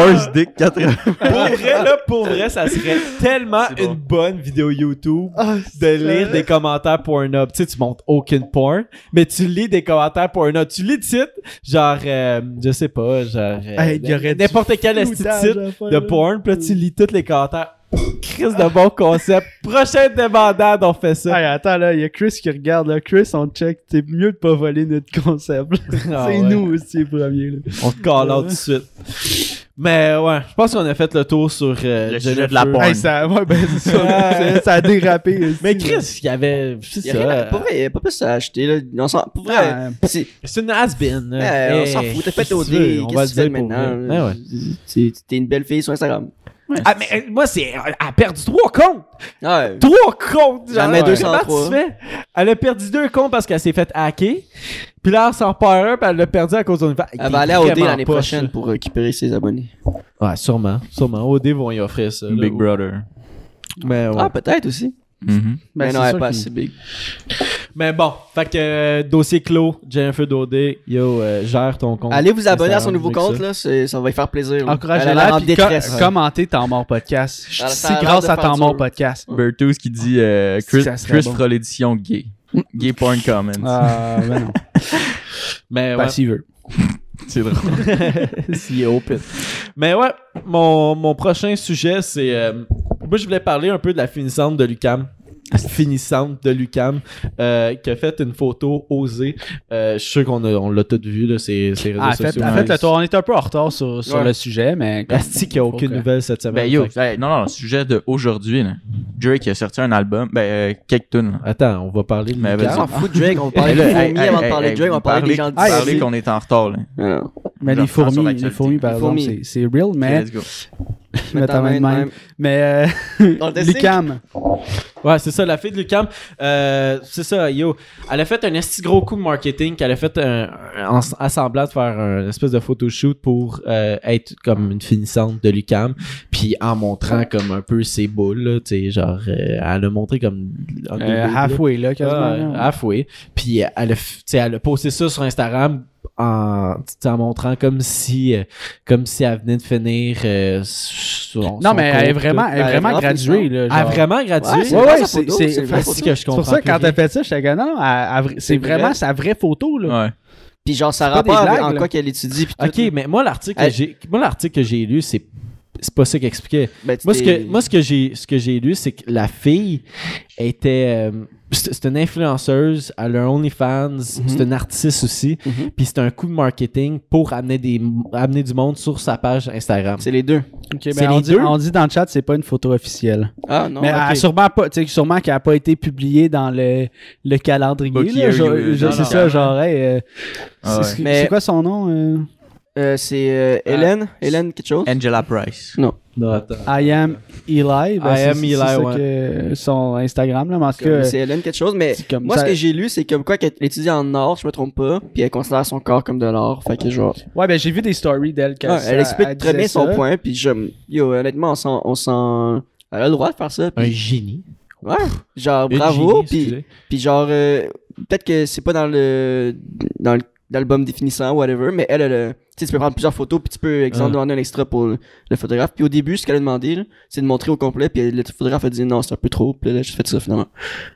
[SPEAKER 3] Horse Dick 80
[SPEAKER 1] Pour vrai, là, pour vrai, ça serait tellement
[SPEAKER 3] C'est bon.
[SPEAKER 1] une bonne vidéo YouTube
[SPEAKER 4] Ah,
[SPEAKER 1] de lire des commentaires Pornhub. Tu sais, tu montes aucune porn, mais tu lis des commentaires Pornhub. Tu lis de sites, genre, euh, je sais pas, genre... euh,
[SPEAKER 2] Hey, il y aurait du hein.
[SPEAKER 1] N'importe quel esti de
[SPEAKER 2] Foutage
[SPEAKER 1] site
[SPEAKER 2] à faire,
[SPEAKER 1] de
[SPEAKER 2] là.
[SPEAKER 1] porn, puis là, tu lis tous les commentaires. Crise de bon concept. Prochaine demandade, on fait ça.
[SPEAKER 2] Hey, attends, là, il y a Chris qui regarde. Là. Chris, on check. C'est mieux de pas voler notre concept. là.
[SPEAKER 1] Ah
[SPEAKER 2] c'est
[SPEAKER 1] ouais.
[SPEAKER 2] nous aussi les premiers. Là.
[SPEAKER 1] On te call out tout de suite. Mais ouais, je pense qu'on a fait le tour sur euh,
[SPEAKER 3] Le
[SPEAKER 1] Jennifer.
[SPEAKER 3] sujet de la porn.
[SPEAKER 2] Hey, ça, ouais, ben, c'est ça,
[SPEAKER 1] Ouais.
[SPEAKER 2] c'est- ça a dérapé. aussi,
[SPEAKER 1] Mais
[SPEAKER 2] là.
[SPEAKER 1] Chris, il y avait. C'est
[SPEAKER 4] Y a rien à-
[SPEAKER 1] ça.
[SPEAKER 4] Pour vrai, y a pas plus à acheter, là. On s'en- Pour vrai,
[SPEAKER 2] Ah,
[SPEAKER 4] c'est-
[SPEAKER 1] C'est une has-been. là.
[SPEAKER 4] Ouais, on
[SPEAKER 1] Hey,
[SPEAKER 4] s'en fout, t'as fait
[SPEAKER 1] qu'est-ce
[SPEAKER 4] au
[SPEAKER 1] que Euh, eh, tu veux?
[SPEAKER 4] dé,
[SPEAKER 1] On va le
[SPEAKER 4] qu'est-ce que
[SPEAKER 1] dire
[SPEAKER 4] tu fais
[SPEAKER 1] pour
[SPEAKER 4] maintenant?
[SPEAKER 1] vrai.
[SPEAKER 4] là?
[SPEAKER 1] Ouais, ouais.
[SPEAKER 4] C'est- T'es une belle fille sur Instagram.
[SPEAKER 1] Ah, mais euh, moi, c'est. Elle a perdu trois comptes!
[SPEAKER 4] Ouais.
[SPEAKER 1] Trois comptes! Genre,
[SPEAKER 4] Jamais
[SPEAKER 1] ouais.
[SPEAKER 4] 203.
[SPEAKER 1] Comment tu fais? Elle a perdu deux comptes parce qu'elle s'est fait hacker. Puis là, elle s'en perd un, puis elle l'a perdu à cause d'une fa-
[SPEAKER 4] Elle
[SPEAKER 1] Il
[SPEAKER 4] va
[SPEAKER 1] est
[SPEAKER 4] aller à OD
[SPEAKER 1] vraiment
[SPEAKER 4] l'année
[SPEAKER 1] poche,
[SPEAKER 4] prochaine pour récupérer ses abonnés.
[SPEAKER 1] là. Ouais, sûrement. Sûrement. OD vont y offrir ça. là,
[SPEAKER 3] Big
[SPEAKER 1] ou-
[SPEAKER 3] Brother
[SPEAKER 1] Mais ouais.
[SPEAKER 4] Ah, peut-être aussi.
[SPEAKER 3] Mhm.
[SPEAKER 2] ben,
[SPEAKER 4] Mais
[SPEAKER 2] c'est
[SPEAKER 4] non, elle
[SPEAKER 2] sûr
[SPEAKER 4] est pas
[SPEAKER 2] qu'il-
[SPEAKER 4] assez big.
[SPEAKER 1] Mais bon, fait que euh, dossier clos, Jennifer Dodé, yo, euh, gère ton compte.
[SPEAKER 4] Allez vous abonner à
[SPEAKER 1] Instagram,
[SPEAKER 4] son nouveau
[SPEAKER 1] avec ça.
[SPEAKER 4] compte, là, c'est- ça va lui faire plaisir. là. Elle a l'air en
[SPEAKER 2] Encouragez-la, puis co-
[SPEAKER 4] détresse.
[SPEAKER 2] commentez Tant Mort Podcast. Je suis
[SPEAKER 4] Ça a
[SPEAKER 2] ici
[SPEAKER 4] l'air
[SPEAKER 2] grâce
[SPEAKER 4] de
[SPEAKER 2] à
[SPEAKER 4] faire
[SPEAKER 2] Tant
[SPEAKER 4] dur.
[SPEAKER 2] Mort Podcast.
[SPEAKER 3] Ah. Bertus qui dit
[SPEAKER 4] Ah,
[SPEAKER 3] euh, Chris,
[SPEAKER 2] Ça serait
[SPEAKER 3] Chris
[SPEAKER 2] bon.
[SPEAKER 3] fera l'édition gay.
[SPEAKER 4] Mm.
[SPEAKER 3] Gay porn comments.
[SPEAKER 2] Ah, ben non.
[SPEAKER 1] Mais ouais.
[SPEAKER 2] Pas s'il veut.
[SPEAKER 3] C'est drôle.
[SPEAKER 1] S'il est open. Mais ouais, mon, mon prochain sujet, c'est. euh, moi, je voulais parler un peu de la finissante de Lucam. Finissante de Lucam euh, qui a fait une photo osée. Euh, je suis sûr qu'on a- on l'a tout vu, là, ses, ses réseaux
[SPEAKER 2] Ah, en fait,
[SPEAKER 1] sociaux.
[SPEAKER 2] en fait, le tour, on est un peu en retard sur, sur
[SPEAKER 4] Ouais.
[SPEAKER 2] le sujet, mais.
[SPEAKER 1] Asti qui a aucune
[SPEAKER 2] Ok.
[SPEAKER 1] nouvelle cette semaine.
[SPEAKER 3] Ben yo,
[SPEAKER 1] Fait que-
[SPEAKER 3] hey, non, non, le sujet de aujourd'hui, là. Drake a sorti un album, ben, euh, quelques tunes, là.
[SPEAKER 1] Attends, on va parler de
[SPEAKER 3] Mais
[SPEAKER 1] Lucam.
[SPEAKER 4] On s'en fout de Drake, on va parler
[SPEAKER 3] Hey,
[SPEAKER 4] de
[SPEAKER 3] là, hey,
[SPEAKER 4] fourmis
[SPEAKER 3] hey,
[SPEAKER 4] avant de
[SPEAKER 3] hey,
[SPEAKER 4] parler
[SPEAKER 3] hey,
[SPEAKER 4] de Drake, on va
[SPEAKER 3] vous
[SPEAKER 4] parler des
[SPEAKER 3] parlez-
[SPEAKER 4] gens
[SPEAKER 3] vous parlez
[SPEAKER 4] d'ici.
[SPEAKER 3] qu'on est en retard, là.
[SPEAKER 4] Ah, non.
[SPEAKER 2] mais
[SPEAKER 3] Genre,
[SPEAKER 2] les
[SPEAKER 3] sur
[SPEAKER 2] fourmis,
[SPEAKER 3] l'actualité.
[SPEAKER 2] les fourmis, par
[SPEAKER 4] Les
[SPEAKER 2] exemple,
[SPEAKER 4] fourmis.
[SPEAKER 2] c'est- c'est real,
[SPEAKER 3] Okay,
[SPEAKER 2] mais.
[SPEAKER 3] let's go.
[SPEAKER 4] Mets ta main de même.
[SPEAKER 2] Mais.
[SPEAKER 4] Dans
[SPEAKER 2] euh,
[SPEAKER 4] le testing.
[SPEAKER 2] Lucam.
[SPEAKER 1] Ouais, c'est ça, la fille de Lucam. euh, c'est ça, yo. Elle a fait un esti gros coup de marketing qu'elle a fait un, un- en- à semblant de faire un espèce de photoshoot pour euh, être comme une finissante de Lucam. Puis en montrant comme un peu ses boules, là, tu sais, genre, euh, elle a montré comme. un
[SPEAKER 2] Euh, halfway, là, quasiment. là.
[SPEAKER 1] Halfway. Puis elle a, f- tu sais, elle a posté ça sur Instagram en, tu sais, en montrant comme si, euh, comme si elle venait de finir euh, son-
[SPEAKER 2] Non,
[SPEAKER 1] son
[SPEAKER 2] mais elle est
[SPEAKER 1] cours,
[SPEAKER 2] vraiment, elle est
[SPEAKER 4] Elle est
[SPEAKER 2] vraiment
[SPEAKER 4] vraiment
[SPEAKER 2] graduée, là.
[SPEAKER 1] tout. Elle a
[SPEAKER 2] genre.
[SPEAKER 1] vraiment
[SPEAKER 4] Ouais,
[SPEAKER 1] gradué.
[SPEAKER 4] c'est
[SPEAKER 2] Ouais,
[SPEAKER 4] vrai,
[SPEAKER 2] ouais,
[SPEAKER 4] sa
[SPEAKER 2] c'est-
[SPEAKER 4] photo,
[SPEAKER 2] c'est-
[SPEAKER 4] c'est vrai.
[SPEAKER 1] Asti que je
[SPEAKER 2] C'est
[SPEAKER 1] comprends
[SPEAKER 2] pour ça,
[SPEAKER 1] plus
[SPEAKER 2] quand
[SPEAKER 1] rien.
[SPEAKER 2] t'as fait ça, j'étais comme, non, non, elle- elle- c'est
[SPEAKER 4] C'est vrai.
[SPEAKER 2] vraiment sa vraie photo, là.
[SPEAKER 3] Ouais.
[SPEAKER 4] Puis genre, ça
[SPEAKER 2] C'est pas des
[SPEAKER 4] rapporte avec-
[SPEAKER 2] blagues,
[SPEAKER 4] en
[SPEAKER 2] là.
[SPEAKER 4] quoi qu'elle étudie. puis tout,
[SPEAKER 1] Ok,
[SPEAKER 4] là.
[SPEAKER 1] mais moi l'article que
[SPEAKER 4] Hey.
[SPEAKER 1] j'ai, moi l'article que j'ai lu, c'est c'est pas ça qu'expliquait.
[SPEAKER 4] Ben, tu
[SPEAKER 1] Moi ce
[SPEAKER 4] t'es-
[SPEAKER 1] que moi ce que j'ai ce que j'ai lu, c'est que la fille était euh, c'est c'est une influenceuse, elle a un OnlyFans, c'est une artiste aussi,
[SPEAKER 4] Mhm.
[SPEAKER 1] puis c'est un coup de marketing pour amener des amener du monde sur sa page Instagram.
[SPEAKER 4] C'est les deux.
[SPEAKER 2] Ok,
[SPEAKER 1] C'est
[SPEAKER 2] mais on,
[SPEAKER 1] les
[SPEAKER 2] dit,
[SPEAKER 1] deux.
[SPEAKER 2] on dit dans le chat, c'est pas une photo officielle.
[SPEAKER 4] Ah non,
[SPEAKER 2] mais
[SPEAKER 4] ok.
[SPEAKER 2] elle a sûrement pas, tu sais, sûrement qu'elle a pas été publiée dans le, le
[SPEAKER 3] Pas
[SPEAKER 2] calendrier.
[SPEAKER 3] qui
[SPEAKER 2] là,
[SPEAKER 3] a eu,
[SPEAKER 2] genre,
[SPEAKER 3] euh,
[SPEAKER 2] je-
[SPEAKER 3] non,
[SPEAKER 2] c'est
[SPEAKER 3] non.
[SPEAKER 2] ça, genre, hey, euh,
[SPEAKER 3] Ah
[SPEAKER 2] c'est-
[SPEAKER 3] ouais.
[SPEAKER 2] c'est
[SPEAKER 4] Mais-
[SPEAKER 2] c'est quoi son nom euh?
[SPEAKER 4] Euh, c'est euh, Hélène, Hélène quelque chose.
[SPEAKER 3] Angela Price.
[SPEAKER 1] Non, attends.
[SPEAKER 2] I am Eli. ben,
[SPEAKER 1] I
[SPEAKER 2] c'est-
[SPEAKER 1] am
[SPEAKER 2] c'est-
[SPEAKER 1] Eli,
[SPEAKER 2] c'est ça
[SPEAKER 1] ouais.
[SPEAKER 2] que- son Instagram, là, mais en tout
[SPEAKER 4] Comme,
[SPEAKER 2] cas,
[SPEAKER 4] C'est Hélène quelque chose, mais
[SPEAKER 2] c'est comme
[SPEAKER 4] moi
[SPEAKER 2] ça-
[SPEAKER 4] ce que j'ai lu, c'est comme quoi qu'elle étudie en or, je me trompe pas, puis elle considère son corps comme de l'or. Fait que genre,
[SPEAKER 2] Ouais, ben j'ai vu des stories d'elle. qu'elle-
[SPEAKER 4] ouais, elle explique très
[SPEAKER 2] disait
[SPEAKER 4] bien son
[SPEAKER 2] ça.
[SPEAKER 4] point, puis je, yo, honnêtement, on s'en, on s'en- elle a le droit de faire ça. puis-
[SPEAKER 1] Un génie.
[SPEAKER 4] ouais, genre
[SPEAKER 1] Une
[SPEAKER 4] bravo,
[SPEAKER 1] génie,
[SPEAKER 4] puis
[SPEAKER 1] excusez.
[SPEAKER 4] Puis genre, euh, peut-être que c'est pas dans le dans le- l'album définissant, whatever, mais elle, elle, euh, tu sais, tu peux prendre plusieurs photos, puis tu peux,
[SPEAKER 1] Ah.
[SPEAKER 4] exemple, demander un extra pour le, le photographe. Puis au début, ce qu'elle a demandé, là, c'est de montrer au complet, puis le photographe a dit non, c'est un peu trop, puis là, j'ai fait ça finalement.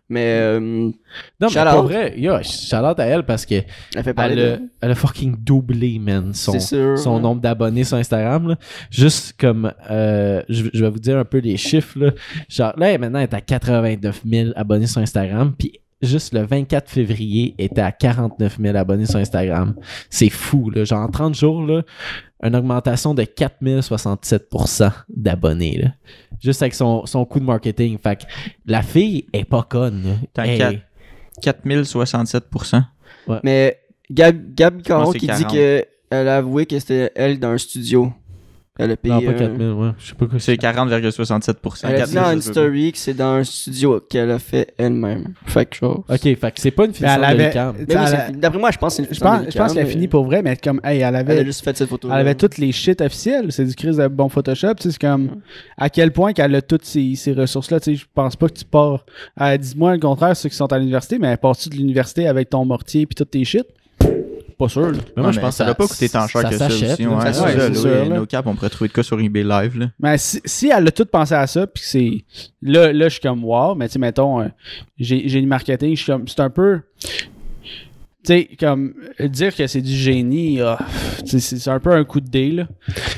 [SPEAKER 4] Mais euh,
[SPEAKER 1] Non, mais
[SPEAKER 4] shout
[SPEAKER 1] pour
[SPEAKER 4] out.
[SPEAKER 1] vrai, yo, shout-out à elle parce que
[SPEAKER 4] elle fait parler
[SPEAKER 1] elle a,
[SPEAKER 4] de...
[SPEAKER 1] elle a fucking doublé, man, son,
[SPEAKER 4] C'est sûr.
[SPEAKER 1] son nombre d'abonnés sur Instagram. là. Juste comme, euh, je, je vais vous dire un peu les chiffres. Là. Genre, là, elle, maintenant, elle est à 89 000 abonnés sur Instagram. Puis juste le 24 février, elle était à 49 000 abonnés sur Instagram. C'est fou. Là. Genre, en 30 jours, là, une augmentation de 4067 d'abonnés. là. Juste avec son, son coup de marketing. Fait que la fille est pas conne. là.
[SPEAKER 3] T'inquiète. 4067%.
[SPEAKER 4] Mais Gab, Gab Caron
[SPEAKER 3] Non, c'est
[SPEAKER 4] qui
[SPEAKER 3] 40.
[SPEAKER 4] dit que elle a avoué que c'était elle dans un studio. Elle a payé.
[SPEAKER 1] non, pas
[SPEAKER 4] un-
[SPEAKER 1] 4000, ouais. Je sais pas quoi
[SPEAKER 3] C'est 40,67%.
[SPEAKER 4] Elle a dit dans
[SPEAKER 3] 40,67%.
[SPEAKER 4] une story que c'est dans un studio qu'elle a fait elle-même. Fait que genre.
[SPEAKER 1] Ok, fait que c'est pas une
[SPEAKER 2] Mais
[SPEAKER 1] finissante
[SPEAKER 2] Ben,
[SPEAKER 1] de
[SPEAKER 2] elle avait-
[SPEAKER 1] l'UQAM.
[SPEAKER 4] Mais oui,
[SPEAKER 2] elle
[SPEAKER 4] c'est-
[SPEAKER 2] a-
[SPEAKER 4] D'après moi, je pense que c'est une
[SPEAKER 2] Je pense, je pense qu'elle a
[SPEAKER 4] finissante
[SPEAKER 2] fini pour vrai, mais comme, hey, elle
[SPEAKER 4] Elle
[SPEAKER 2] avait
[SPEAKER 4] a juste fait cette photo.
[SPEAKER 2] Elle avait toutes les shit officielles. C'est du crise de bon Photoshop. Tu sais, c'est comme à quel point qu'elle a toutes ces, ces ressources-là. Tu sais, je pense pas que tu pars. Euh, Dis-moi le contraire, ceux qui sont à l'université, mais pars-tu de l'université avec ton mortier puis toutes tes shit? Pas sûr. là.
[SPEAKER 1] Mais
[SPEAKER 3] Ouais, mais ça doit pas coûter tant cher que ça
[SPEAKER 1] s'achète,
[SPEAKER 3] aussi.
[SPEAKER 1] là.
[SPEAKER 3] Ouais,
[SPEAKER 1] Ça
[SPEAKER 3] c'est
[SPEAKER 1] s'achète.
[SPEAKER 3] ça,
[SPEAKER 2] c'est
[SPEAKER 3] là,
[SPEAKER 2] sûr,
[SPEAKER 3] oui,
[SPEAKER 2] là.
[SPEAKER 3] No cap, on pourrait trouver de quoi sur eBay Live, là.
[SPEAKER 2] Mais si, si elle a tout pensé à ça, puis que c'est. Là, là je suis comme, wow, mais tu sais, mettons, euh, j'ai j'ai le marketing, je suis comme, c'est un peu. Tu sais, comme, euh, dire que c'est du génie, ah, tu sais, c'est c'est un peu un coup de dé, là.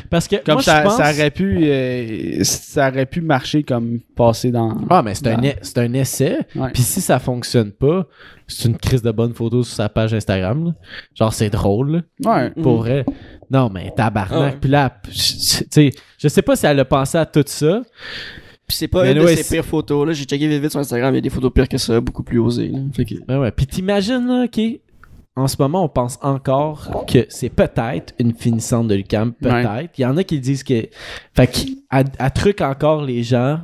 [SPEAKER 1] Parce que
[SPEAKER 2] Comme
[SPEAKER 1] moi,
[SPEAKER 2] ça,
[SPEAKER 1] je pense...
[SPEAKER 2] ça aurait pu, euh, ça aurait pu marcher comme passer dans.
[SPEAKER 1] Ah, mais c'est un,
[SPEAKER 2] Ouais.
[SPEAKER 1] e- c'est un essai.
[SPEAKER 2] Ouais.
[SPEAKER 1] Puis si ça fonctionne pas, c'est une crise de bonne photo sur sa page Instagram. là. Genre, c'est drôle. là.
[SPEAKER 2] Ouais.
[SPEAKER 4] Mhm.
[SPEAKER 1] Pour vrai. Non, mais tabarnak.
[SPEAKER 4] Ah ouais.
[SPEAKER 1] Puis là, p- je- tu sais, je sais pas si elle a pensé à tout ça.
[SPEAKER 4] Puis c'est pas
[SPEAKER 1] Mais
[SPEAKER 4] une
[SPEAKER 1] ouais,
[SPEAKER 4] de ses
[SPEAKER 1] c'est-
[SPEAKER 4] pires photos. Là, j'ai checké vite vite sur Instagram, il y a des photos pires que ça, beaucoup plus osées. là. Fait que-
[SPEAKER 1] Ben Ouais, ouais. Puis t'imagines, là, OK, en ce moment, on pense encore que c'est peut-être une finissante de l'UCAM, peut-être. Il y en a qui disent que... Fait qu'elle elle truc encore les gens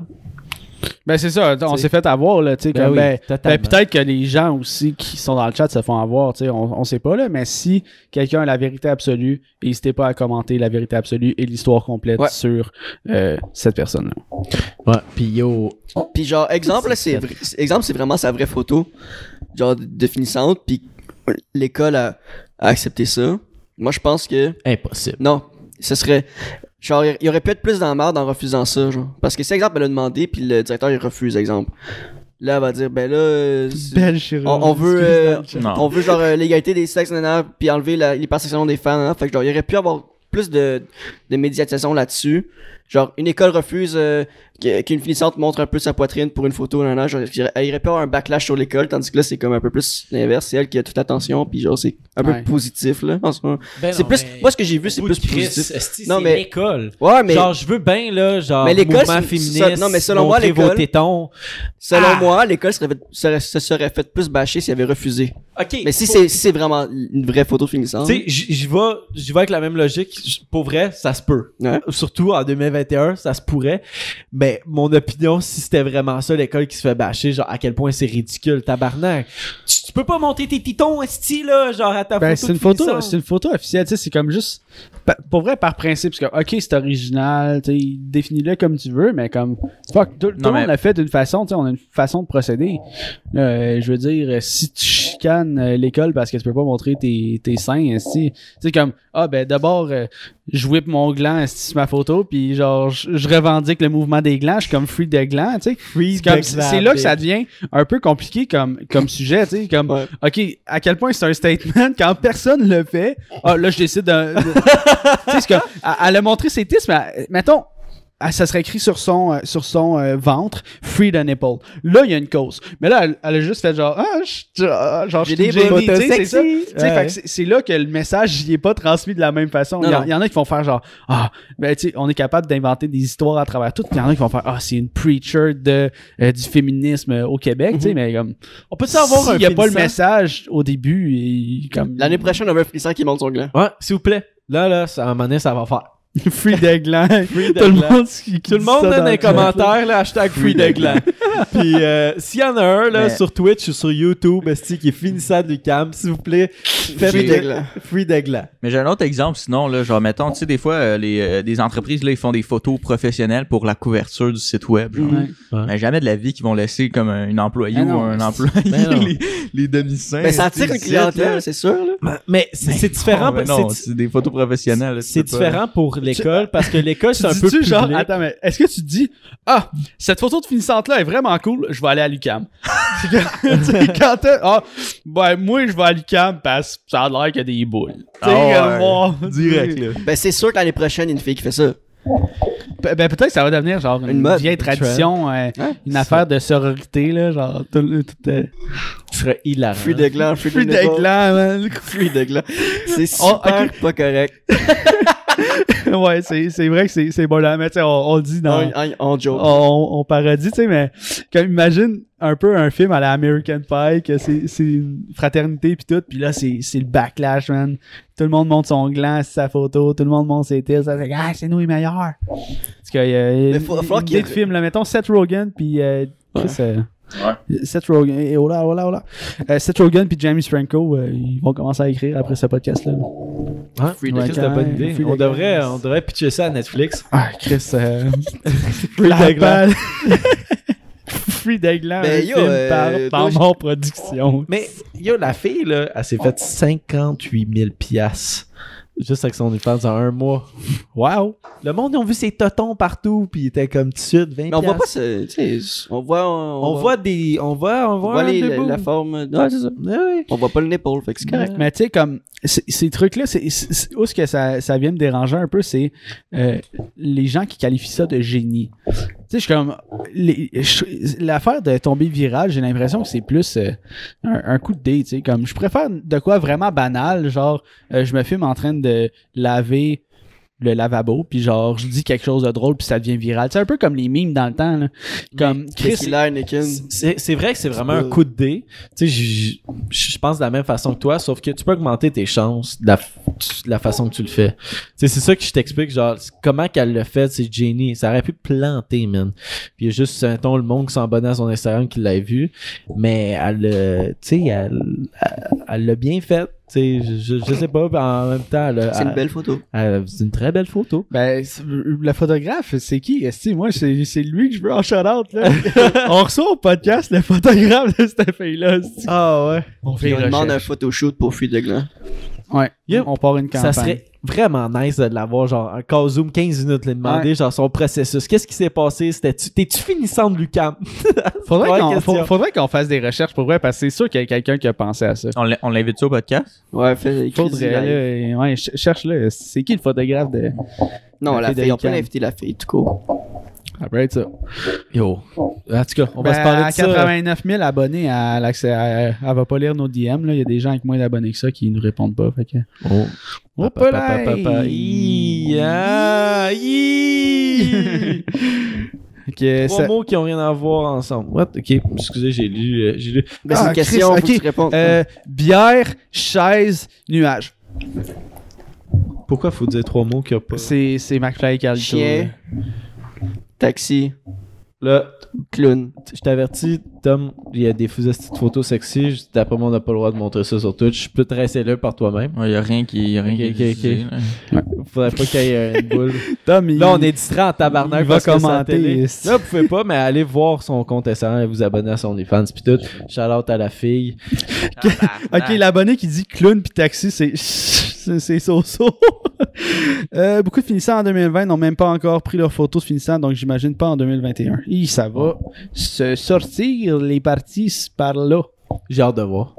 [SPEAKER 2] Ben, c'est ça. On
[SPEAKER 1] T'sais.
[SPEAKER 2] s'est fait avoir, là, tu sais,
[SPEAKER 1] Ben
[SPEAKER 2] comme,
[SPEAKER 1] oui,
[SPEAKER 2] ben,
[SPEAKER 1] totalement.
[SPEAKER 2] ben, peut-être que les gens aussi qui sont dans le chat se font avoir, tu sais, on, on sait pas, là, mais si quelqu'un a la vérité absolue, n'hésitez pas à commenter la vérité absolue et l'histoire complète
[SPEAKER 4] Ouais.
[SPEAKER 2] sur euh, cette personne-là.
[SPEAKER 1] Ouais, puis yo,
[SPEAKER 4] Puis genre, exemple, là, c'est vrai- c'est- exemple, c'est vraiment sa vraie photo, genre de de finissante, puis l'école a, a accepté ça. Moi, je pense que
[SPEAKER 1] impossible.
[SPEAKER 4] non, ce serait genre il y aurait pu être plus dans la merde en refusant ça, genre. Parce que si exemple elle a demandé, puis le directeur il refuse, exemple. Là, elle va dire ben là, euh, c'est- on, on veut, euh,
[SPEAKER 3] Non.
[SPEAKER 4] on veut genre euh, l'égalité des sexes, nanana, puis enlever la, les perceptions des femmes, nanana. Fait que genre, il y aurait pu avoir plus de, de médiatisation là-dessus. Genre, une école refuse euh, que- qu'une finissante montre un peu sa poitrine pour une photo, nanana. Genre, il y aurait- il y aurait pu avoir un backlash sur l'école, tandis que là, c'est comme un peu plus l'inverse. C'est elle qui a toute l'attention, puis genre, c'est un peu
[SPEAKER 2] Ouais.
[SPEAKER 4] positif, là. en ce moment.
[SPEAKER 1] Ben
[SPEAKER 4] c'est
[SPEAKER 1] non,
[SPEAKER 4] plus,
[SPEAKER 1] mais-
[SPEAKER 4] moi, ce que j'ai vu, c'est
[SPEAKER 1] Au bout
[SPEAKER 4] plus
[SPEAKER 1] de Christ,
[SPEAKER 4] positif.
[SPEAKER 1] esti,
[SPEAKER 4] Non,
[SPEAKER 1] c'est
[SPEAKER 4] mais-
[SPEAKER 1] l'école.
[SPEAKER 4] Ouais, mais
[SPEAKER 1] Genre, je veux bien, là, genre,
[SPEAKER 4] Mais l'école,
[SPEAKER 1] mouvement
[SPEAKER 4] c'est-
[SPEAKER 1] féministe,
[SPEAKER 4] ça- non, mais selon moi,
[SPEAKER 1] montrez vos
[SPEAKER 4] l'école-
[SPEAKER 1] tétons.
[SPEAKER 4] selon
[SPEAKER 1] Ah!
[SPEAKER 4] moi, l'école serait, fait- serait- se serait faite plus bâcher s'il avait refusé.
[SPEAKER 1] OK.
[SPEAKER 4] Mais si c'est si c'est vraiment une vraie photo finissante,
[SPEAKER 1] Tu sais, j- j'y vais, j'y vais avec la même logique. J- Pour vrai, ça se peut.
[SPEAKER 4] Ouais.
[SPEAKER 1] Surtout en 2021, ça se pourrait. Mais mon opinion, si c'était vraiment ça, l'école qui se fait bâcher, genre à quel point c'est ridicule, tabarnak. Tu, tu peux pas monter tes titons, esti, là, genre à ta
[SPEAKER 2] Ben,
[SPEAKER 1] photo.
[SPEAKER 2] c'est une
[SPEAKER 1] de
[SPEAKER 2] photo,
[SPEAKER 1] finissante.
[SPEAKER 2] c'est une photo officielle, tu sais, c'est comme juste pa- pour vrai par principe parce que OK, c'est original, tu sais, définis-le comme tu veux, mais comme fuck, tout, tout
[SPEAKER 3] Non,
[SPEAKER 2] le monde
[SPEAKER 3] mais-
[SPEAKER 2] l'a fait d'une façon, tu sais, on a une façon de procéder. Euh, je veux dire euh, si tu chicanes euh, l'école parce que tu peux pas montrer tes tes seins, si tu sais comme ah ben d'abord euh, je whip mon gland esti, sur ma photo puis genre je je revendique le mouvement des glands, je suis comme free de glands, tu sais.
[SPEAKER 1] Free
[SPEAKER 2] C'est comme-
[SPEAKER 1] the
[SPEAKER 2] C'est là que ça
[SPEAKER 1] clap.
[SPEAKER 2] devient un peu compliqué comme comme sujet, tu sais, comme
[SPEAKER 4] ouais.
[SPEAKER 2] OK, à quel point c'est un statement quand personne le fait. Ah, là, je décide de. de- tu sais, c'est comme. elle- Elle a montré ses tisses, mais elle- mettons. elle- Ça serait écrit sur son, euh, sur son euh, ventre, free the nipple. Là, il y a une cause. Mais là, elle, elle a juste fait genre, ah, je- ah, genre, je
[SPEAKER 4] J'ai des
[SPEAKER 2] suis jolie,
[SPEAKER 4] photos
[SPEAKER 2] tu sais, c'est ça.
[SPEAKER 1] sexy.
[SPEAKER 2] Tu sais,
[SPEAKER 1] Ouais.
[SPEAKER 2] fait que c'est- c'est là que le message, il est pas transmis de la même façon.
[SPEAKER 4] Non,
[SPEAKER 2] Il y, en-
[SPEAKER 4] non.
[SPEAKER 2] il y en a qui vont faire genre, ah, ben, tu sais, on est capable d'inventer des histoires à travers tout. Il y en a qui vont faire, ah, c'est une preacher de, euh, du féminisme au
[SPEAKER 4] Mm-hmm.
[SPEAKER 2] Québec, tu sais, mais comme,
[SPEAKER 1] On peut savoir un
[SPEAKER 2] s'il y a pas le
[SPEAKER 1] finissant?
[SPEAKER 2] message au début et comme
[SPEAKER 4] L'année prochaine, on veut un finissant qui monte son gland.
[SPEAKER 1] Ouais, s'il vous plaît. Là, là, ça, à un moment donné, ça va faire.
[SPEAKER 2] free the gland
[SPEAKER 1] Free the
[SPEAKER 2] tout le
[SPEAKER 1] gland.
[SPEAKER 2] monde qui- qui
[SPEAKER 1] Tout le
[SPEAKER 2] dit
[SPEAKER 1] monde
[SPEAKER 2] ça
[SPEAKER 1] là, dans les
[SPEAKER 2] le chat, là.
[SPEAKER 1] commentaires, là, hashtag free the gland. Puis euh, s'il y en a un là,
[SPEAKER 3] Mais-
[SPEAKER 1] sur Twitch ou sur YouTube esti, qui est finissant du cam, s'il vous plaît, faites
[SPEAKER 4] Free the gland.
[SPEAKER 1] Free the gland.
[SPEAKER 3] Mais j'ai un autre exemple, sinon, là, genre, mettons, tu sais, des fois, euh, les, euh, des entreprises, là, ils font des photos professionnelles pour la couverture du site web, genre.
[SPEAKER 2] Ouais.
[SPEAKER 3] Mais jamais de la vie qu'ils vont laisser comme un une employée
[SPEAKER 2] Ben
[SPEAKER 3] ou
[SPEAKER 2] non,
[SPEAKER 3] un
[SPEAKER 2] mais
[SPEAKER 3] employé
[SPEAKER 1] ben non.
[SPEAKER 3] les, les demi-seins.
[SPEAKER 4] Mais Ben, ça
[SPEAKER 3] tu sais,
[SPEAKER 4] attire une
[SPEAKER 3] ici, là.
[SPEAKER 4] clientèle, c'est sûr. Là.
[SPEAKER 1] Mais c'est c'est
[SPEAKER 3] Non,
[SPEAKER 1] différent.
[SPEAKER 3] mais
[SPEAKER 1] parce-
[SPEAKER 3] Ah, non,
[SPEAKER 1] c'est-
[SPEAKER 3] c'est des photos professionnelles. là, tu
[SPEAKER 1] c'est
[SPEAKER 3] peux pas-
[SPEAKER 1] différent pour l'école parce que l'école c'est un
[SPEAKER 2] Tu
[SPEAKER 1] peu
[SPEAKER 2] dis-tu
[SPEAKER 1] public.
[SPEAKER 2] genre attends mais est-ce que tu dis ah cette photo de finissante là est vraiment cool je vais aller à l'UCAM C'est que- tu sais, quand t'as- ah ben moi je vais à l'UCAM parce que ça a l'air qu'il y a des boules Tu sais,
[SPEAKER 3] Ah
[SPEAKER 2] comme,
[SPEAKER 3] ouais.
[SPEAKER 2] oh,
[SPEAKER 3] Direct, là.
[SPEAKER 4] Ben, c'est sûr que l'année prochaine, il y a une fille qui fait ça.
[SPEAKER 2] Pe- ben peut-être que ça va devenir genre une,
[SPEAKER 4] Une mode,
[SPEAKER 2] vieille
[SPEAKER 1] une
[SPEAKER 2] tradition euh,
[SPEAKER 4] Ouais,
[SPEAKER 2] une affaire de sororité là genre tout, le- tout, euh,
[SPEAKER 1] Ce serait hilarant.
[SPEAKER 4] Free de gland, free
[SPEAKER 2] free
[SPEAKER 4] de
[SPEAKER 2] the
[SPEAKER 4] gland.
[SPEAKER 2] gland man.
[SPEAKER 4] Free de gland. C'est
[SPEAKER 2] Oh,
[SPEAKER 4] super pas correct.
[SPEAKER 2] ouais, c'est, c'est vrai que c'est, c'est bon là, mais tu sais, on, on le dit dans.
[SPEAKER 4] On, on, on joke.
[SPEAKER 2] On, on parodie, tu sais, mais comme imagine un peu un film à la American Pie, que c'est, c'est une fraternité puis tout, puis là c'est, c'est le backlash, man. Tout le monde monte son gland, c'est sa photo, tout le monde monte ses tits, ça fait ah, c'est nous les meilleurs. Parce qu'il y a
[SPEAKER 4] Mais
[SPEAKER 2] une,
[SPEAKER 4] faut- faut falloir
[SPEAKER 2] une
[SPEAKER 4] qu'il-
[SPEAKER 2] idée de film, là, mettons Seth Rogen puis euh, Chris, euh, Seth Rogen, et oh là, oh là, oh là. Euh, Seth Rogen puis James Franco, euh, ils vont commencer à écrire après ce podcast-là.
[SPEAKER 1] Hein?
[SPEAKER 4] Free the
[SPEAKER 1] Ouais,
[SPEAKER 4] gland.
[SPEAKER 1] c'est une bonne idée.
[SPEAKER 2] Free the
[SPEAKER 1] on, devrait,
[SPEAKER 2] gland.
[SPEAKER 1] on devrait pitcher ça à Netflix.
[SPEAKER 2] Ah, Chris, euh,
[SPEAKER 1] Free the gland.
[SPEAKER 2] Free Degland,
[SPEAKER 4] Ben,
[SPEAKER 2] un
[SPEAKER 4] yo,
[SPEAKER 2] film
[SPEAKER 4] euh,
[SPEAKER 2] par, par
[SPEAKER 4] moi, je-
[SPEAKER 2] Mort Production.
[SPEAKER 1] Mais yo, la fille, là, elle s'est faite 58 000 piastres. Juste avec son dépense en un mois. Wow! Le monde, ils ont vu ses totons partout, puis ils étaient comme tout de suite 20
[SPEAKER 4] Mais on voit pas
[SPEAKER 1] piastres.
[SPEAKER 4] ce. tu sais, On voit. On,
[SPEAKER 1] On voit des... On voit... On
[SPEAKER 4] on
[SPEAKER 1] voit,
[SPEAKER 4] voit
[SPEAKER 1] un
[SPEAKER 4] les- la,
[SPEAKER 1] debout.
[SPEAKER 4] la forme. Ouais, c'est ça.
[SPEAKER 1] Ouais, ouais.
[SPEAKER 4] On voit pas le nipple, fait que c'est correct.
[SPEAKER 2] Mais tu sais, comme c- ces trucs-là, c'est- c'est- c'est- où ce que ça, ça vient me déranger un peu, c'est euh, les gens qui qualifient ça de génie. Tu sais, je suis comme. les- je- L'affaire de tomber viral, j'ai l'impression que c'est plus euh, un, un coup de dé. Tu sais, comme je préfère de quoi vraiment banal, genre euh, je me filme en train de laver le lavabo, puis genre, je dis quelque chose de drôle, puis ça devient viral. C'est un peu comme les mimes dans le temps, là. Comme Chris,
[SPEAKER 4] Qu'est-ce qu'il a, Anakin?
[SPEAKER 1] C'est c'est vrai que c'est vraiment
[SPEAKER 4] Euh, peux-
[SPEAKER 1] un coup de dé. Tu sais, je- je je pense de la même façon que toi, sauf que tu peux augmenter tes chances de la, f- de la façon que tu le fais. Tu sais, c'est ça que je t'explique, genre, c'est- comment qu'elle le fait, c'est Jenny. Ça aurait pu planter, man. Puis il y a juste, ton le monde qui s'est abonné à son Instagram qui l'a vu, mais elle, euh, tu sais, elle elle- elle l'a bien fait. Tu sais, je, je- je sais pas, en même temps, elle a-
[SPEAKER 4] C'est une
[SPEAKER 2] Ah.
[SPEAKER 1] elle-
[SPEAKER 4] belle photo.
[SPEAKER 1] elle- c'est une très belle photo.
[SPEAKER 2] Ben, c'est- le photographe, c'est qui? Esti, moi, c'est c'est lui que je veux en shout-out, là. On reçoit au podcast le photographe de cette fille-là. esti.
[SPEAKER 1] Ah ouais.
[SPEAKER 2] On
[SPEAKER 4] Puis on demande un photoshoot pour Fuite de Gland.
[SPEAKER 2] Ouais,
[SPEAKER 1] Yep.
[SPEAKER 2] on part une campagne.
[SPEAKER 1] Ça serait vraiment nice de l'avoir, genre, un cas Zoom 15 minutes, lui demander, genre, son processus. Qu'est-ce qui s'est passé? C'était-tu, t'es-tu finissant de Lucam?
[SPEAKER 2] Faudrait
[SPEAKER 1] Ouais,
[SPEAKER 2] qu'on
[SPEAKER 1] question.
[SPEAKER 2] faut- faudrait qu'on fasse des recherches pour vrai, parce que c'est sûr qu'il y a quelqu'un qui a pensé à ça.
[SPEAKER 3] On l'in- On l'invite-tu au podcast?
[SPEAKER 4] Ouais, fait
[SPEAKER 2] Faudrait, là,
[SPEAKER 4] Crazy Life.
[SPEAKER 2] et- ouais, ch- cherche-le. esti. C'est qui le photographe de.
[SPEAKER 4] Non,
[SPEAKER 2] La
[SPEAKER 4] la
[SPEAKER 2] fille de
[SPEAKER 4] fille, on peut
[SPEAKER 2] Lucam.
[SPEAKER 4] l'inviter, la fille, tout court.
[SPEAKER 2] Après ça.
[SPEAKER 1] Yo. En tout cas, on
[SPEAKER 2] Ben,
[SPEAKER 1] va se parler
[SPEAKER 2] à
[SPEAKER 1] de ça.
[SPEAKER 2] 89 000 abonnés à l'accès. à- Elle va pas lire nos DM, là. Il y a des gens avec moins d'abonnés que ça qui nous répondent pas. Fait que.
[SPEAKER 1] Oh.
[SPEAKER 2] Hop
[SPEAKER 1] Papa,
[SPEAKER 2] là,
[SPEAKER 1] papa, papa.
[SPEAKER 2] hey.
[SPEAKER 1] Hi, ah, hi.
[SPEAKER 2] Que
[SPEAKER 1] Trois
[SPEAKER 2] ça-
[SPEAKER 1] mots qui ont rien à voir ensemble. What? Ok, excusez, j'ai lu. euh, j'ai lu.
[SPEAKER 4] Ben,
[SPEAKER 2] Ah,
[SPEAKER 4] c'est une
[SPEAKER 2] Chris,
[SPEAKER 4] question, faut
[SPEAKER 2] ok.
[SPEAKER 4] que tu répondes.
[SPEAKER 2] Euh, bière, chaise, nuage.
[SPEAKER 1] Pourquoi faut dire trois mots qui a pas.
[SPEAKER 2] C'est, c'est McFly et Carlito.
[SPEAKER 4] Chien, taxi,
[SPEAKER 1] Là,
[SPEAKER 4] clown.
[SPEAKER 1] je t'avertis, Tom, il y a des petites photos sexy. Je- D'après moi, on n'a pas le droit de montrer ça sur Twitch. Tu peux te rester là par toi-même.
[SPEAKER 3] Il y a rien qui. y a rien
[SPEAKER 1] Ok,
[SPEAKER 3] qui est
[SPEAKER 1] ok,
[SPEAKER 3] diffusé, là.
[SPEAKER 1] Faudrait pas qu'il y ait euh, une boule.
[SPEAKER 2] Tom, il-
[SPEAKER 1] Là, on est distrait en tabarnak.
[SPEAKER 2] Il va
[SPEAKER 1] parce que c'est
[SPEAKER 2] commenter,
[SPEAKER 1] la télé.
[SPEAKER 2] est-ce.
[SPEAKER 1] Là, vous pouvez pas, mais allez voir son compte Instagram et vous abonner à son OnlyFans. Puis tout, shout-out à la fille.
[SPEAKER 2] Ok, l'abonné qui dit clown puis taxi, c'est. C'est c'est so-so. Euh, beaucoup de finissants en 2020 n'ont même pas encore pris leurs photos de finissants, donc j'imagine pas en 2021. Et ça va
[SPEAKER 1] Oh.
[SPEAKER 2] se sortir les parties par là.
[SPEAKER 1] J'ai hâte de voir.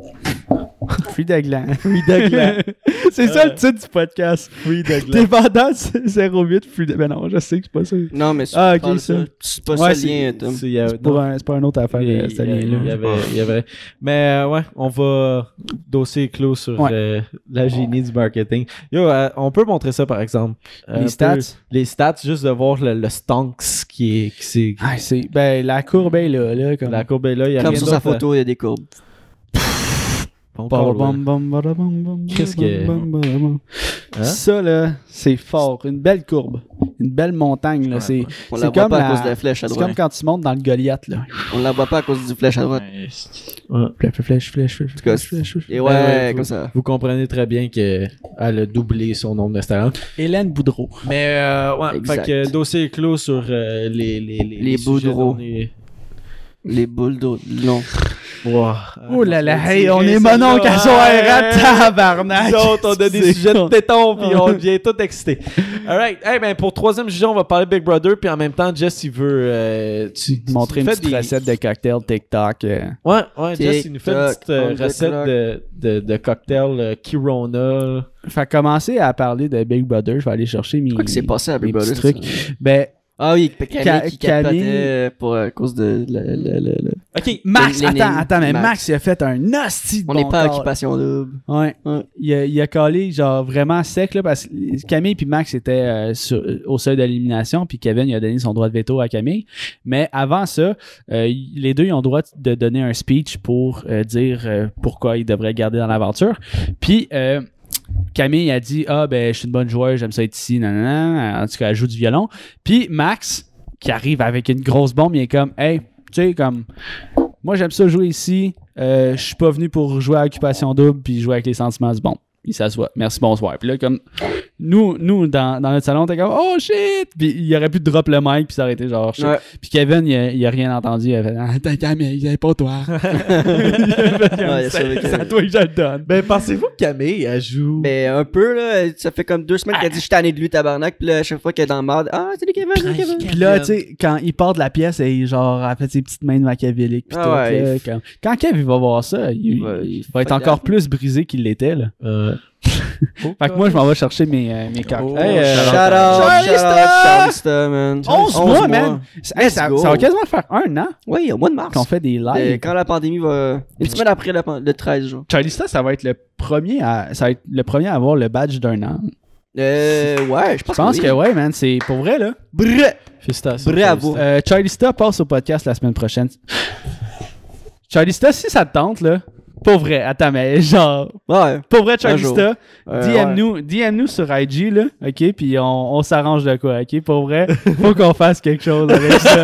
[SPEAKER 2] Free d'aglan.
[SPEAKER 1] Free
[SPEAKER 2] c'est ça
[SPEAKER 1] Euh.
[SPEAKER 2] le titre du podcast. Free Dépendant 08 Free de- Ben non, je sais que c'est pas ça.
[SPEAKER 4] Non, mais c'est
[SPEAKER 2] Ah, ok,
[SPEAKER 4] parle
[SPEAKER 2] ça.
[SPEAKER 4] de C'est pas
[SPEAKER 2] Ouais,
[SPEAKER 4] ça le lien, Tom.
[SPEAKER 1] C'est- il y a-
[SPEAKER 2] C'est pas,
[SPEAKER 1] non,
[SPEAKER 2] un, c'est pas une autre affaire,
[SPEAKER 1] il y a-
[SPEAKER 2] euh, ce
[SPEAKER 1] il y
[SPEAKER 2] lien-là.
[SPEAKER 1] avait- il y avait- Mais euh, ouais, on va dossier clos sur
[SPEAKER 2] Ouais.
[SPEAKER 1] euh, la génie du marketing. Yo, euh, on peut montrer ça par exemple. Un
[SPEAKER 2] Les
[SPEAKER 1] peu-
[SPEAKER 2] stats.
[SPEAKER 1] les stats, juste de voir le, le stonks qui est. Qui c'est-
[SPEAKER 2] Ah, c'est, ben, la courbe est là, là, comme.
[SPEAKER 1] la courbe est là, il y a
[SPEAKER 4] Comme
[SPEAKER 1] rien
[SPEAKER 4] sur sa
[SPEAKER 1] d'autre euh, à-
[SPEAKER 4] photo, il y a des courbes.
[SPEAKER 1] Bon,
[SPEAKER 2] Bam,
[SPEAKER 1] call, ouais.
[SPEAKER 2] bam, bam, bam, bam, bam,
[SPEAKER 1] Qu'est-ce
[SPEAKER 2] bam,
[SPEAKER 1] que-
[SPEAKER 2] bam, bam, bam.
[SPEAKER 1] Hein?
[SPEAKER 2] Ça, là, c'est fort. Une belle courbe. Une belle montagne, là.
[SPEAKER 3] Ouais,
[SPEAKER 2] c'est
[SPEAKER 4] On
[SPEAKER 2] C'est
[SPEAKER 4] la voit
[SPEAKER 2] comme
[SPEAKER 4] pas
[SPEAKER 2] la-
[SPEAKER 4] à cause de la flèche à
[SPEAKER 2] c'est
[SPEAKER 4] droite.
[SPEAKER 2] comme quand tu montes dans le Goliath, là.
[SPEAKER 4] On la voit pas à cause du flèche à droite.
[SPEAKER 3] Ouais, c'est-
[SPEAKER 2] Flèche, flèche, flèche, flèche,
[SPEAKER 4] tout cas,
[SPEAKER 2] flèche, flèche, flèche.
[SPEAKER 4] Et
[SPEAKER 1] Ouais, ouais,
[SPEAKER 4] ouais,
[SPEAKER 1] faut-
[SPEAKER 4] comme ça.
[SPEAKER 1] Vous comprenez très bien qu'elle a doublé son nombre d'Instagram.
[SPEAKER 2] Hélène Boudreau.
[SPEAKER 1] Mais euh, ouais,
[SPEAKER 4] Exact.
[SPEAKER 1] fait que dossier est clos sur euh, les, les, les,
[SPEAKER 4] Les
[SPEAKER 1] sujets
[SPEAKER 4] Boudreaux.
[SPEAKER 1] dont on est-
[SPEAKER 4] Les boules d'eau. Non.
[SPEAKER 1] Ouah.
[SPEAKER 2] Oh là là,
[SPEAKER 1] Retirez
[SPEAKER 2] hey, on est
[SPEAKER 1] celle-là.
[SPEAKER 2] monon qu'à son
[SPEAKER 1] Hey.
[SPEAKER 2] tabarnak.
[SPEAKER 1] Nous autres, on a des
[SPEAKER 2] C'est
[SPEAKER 1] sujets de
[SPEAKER 2] con.
[SPEAKER 1] tétons, puis on devient tout excité. Alright, hey, ben pour troisième sujet, on va parler Big Brother, puis en même temps, Jess, il veut euh, tu, tu
[SPEAKER 2] Montrer une
[SPEAKER 1] nous fais
[SPEAKER 2] petite
[SPEAKER 1] des-
[SPEAKER 2] recette de cocktail TikTok. euh.
[SPEAKER 1] Ouais, ouais, Jess, il nous fait une
[SPEAKER 4] TikTok,
[SPEAKER 1] petite euh,
[SPEAKER 4] on the
[SPEAKER 1] recette
[SPEAKER 4] clock.
[SPEAKER 1] de, de, de cocktail euh, Kirona.
[SPEAKER 2] Fait que commencer à parler de Big Brother, je vais aller chercher mes.
[SPEAKER 4] Quoi que c'est passé à Big
[SPEAKER 2] mes petits
[SPEAKER 4] Brother?
[SPEAKER 2] trucs.
[SPEAKER 4] ça?
[SPEAKER 2] Ben,
[SPEAKER 4] Ah oui, Camille qui
[SPEAKER 2] Ca- Camille.
[SPEAKER 4] capotait pour euh, à cause de. la- la- la- la-
[SPEAKER 1] Ok,
[SPEAKER 2] Max,
[SPEAKER 4] Lénine.
[SPEAKER 2] attends, attends, mais Max.
[SPEAKER 4] Max.
[SPEAKER 2] il a fait un hostie de
[SPEAKER 4] On
[SPEAKER 2] bon
[SPEAKER 4] n'est pas à
[SPEAKER 2] corps.
[SPEAKER 4] occupation double.
[SPEAKER 2] Ouais.
[SPEAKER 4] Ouais.
[SPEAKER 2] Il, a, il a collé genre vraiment sec là, parce que Camille puis Max étaient euh, sur- au seuil de l'élimination puis Kevin il a donné son droit de veto à Camille. Mais avant ça, euh, il- les deux ils ont le droit de donner un speech pour euh, dire euh, pourquoi ils devraient garder dans l'aventure. Puis euh, Camille a dit ah ben je suis une bonne joueuse, j'aime ça être ici, nanana. En tout cas, elle joue du violon. Puis Max qui arrive avec une grosse bombe, il est comme hey tu sais comme moi, j'aime ça jouer ici. Euh, je suis pas venu pour jouer à occupation double puis jouer avec les sentiments. C'est bon. Il s'assoit. Merci, bonsoir. Puis là, comme nous, nous dans, dans notre salon, t'es comme oh shit. Puis il aurait pu drop le mic puis s'arrêter genre. shit.
[SPEAKER 4] Ouais.
[SPEAKER 2] Puis Kevin, il a, il a rien entendu. Il a fait Ah, t'as qu'à, mais il est pas toi. Il a fait comme,
[SPEAKER 4] Ouais, il
[SPEAKER 2] c'est
[SPEAKER 4] a sauvé
[SPEAKER 2] c'est
[SPEAKER 4] Kevin.
[SPEAKER 2] à toi que je le donne.
[SPEAKER 1] ben pensez-vous que Camille, elle joue...
[SPEAKER 4] Mais un peu, là, ça fait comme deux semaines qu'elle dit je suis tanné de lui, tabarnak. Puis là, à chaque fois qu'elle est dans le marde, ah, c'est lui Kevin, c'est lui Kevin.
[SPEAKER 2] Puis là, tu sais, quand il part de la pièce, et genre, elle fait ses petites mains de machiavélique. Puis
[SPEAKER 4] Ah
[SPEAKER 2] tout,
[SPEAKER 4] ouais,
[SPEAKER 2] là,
[SPEAKER 4] il-
[SPEAKER 2] quand, quand Kevin va voir ça, il,
[SPEAKER 4] Ouais,
[SPEAKER 2] il
[SPEAKER 4] il
[SPEAKER 2] va être
[SPEAKER 4] fuck
[SPEAKER 2] encore
[SPEAKER 4] that.
[SPEAKER 2] plus brisé qu'il l'était. là.
[SPEAKER 1] Euh,
[SPEAKER 2] Fait que moi, je m'en vais chercher mes, euh, mes cocktails.
[SPEAKER 1] Oh,
[SPEAKER 4] Hey,
[SPEAKER 1] shout
[SPEAKER 4] euh,
[SPEAKER 1] out.
[SPEAKER 4] shout
[SPEAKER 2] Charlista!
[SPEAKER 4] out, shout out, Charlista, man.
[SPEAKER 2] 11
[SPEAKER 4] Onze
[SPEAKER 2] mois, man! Hey,
[SPEAKER 4] Let's
[SPEAKER 2] ça,
[SPEAKER 4] go.
[SPEAKER 2] ça va quasiment faire un an
[SPEAKER 4] Oui, au mois de mars.
[SPEAKER 2] qu'on fait des
[SPEAKER 4] Euh,
[SPEAKER 2] lives.
[SPEAKER 4] quand la pandémie va. Une semaine après la pan- le 13 jours.
[SPEAKER 2] Charlista, ça va être le premier à ça va être le premier à avoir le badge d'un an.
[SPEAKER 4] Euh, ouais, je
[SPEAKER 2] Je
[SPEAKER 4] pense,
[SPEAKER 2] pense
[SPEAKER 4] que,
[SPEAKER 2] que ouais, man, c'est pour vrai, là.
[SPEAKER 4] Brr-
[SPEAKER 1] Félicitations.
[SPEAKER 4] Bravo.
[SPEAKER 1] félicitations.
[SPEAKER 2] Euh, Charlie Star passe au podcast la semaine prochaine. Charlie Star, si ça te tente, là, pour vrai, attends, mais genre,
[SPEAKER 4] Ouais.
[SPEAKER 2] pour vrai, Charlie
[SPEAKER 4] jour.
[SPEAKER 2] Star,
[SPEAKER 4] Euh,
[SPEAKER 2] DM-nous DM-nous sur IG, là, ok, puis on, on s'arrange de quoi, ok, pour vrai, faut qu'on fasse quelque chose avec ça.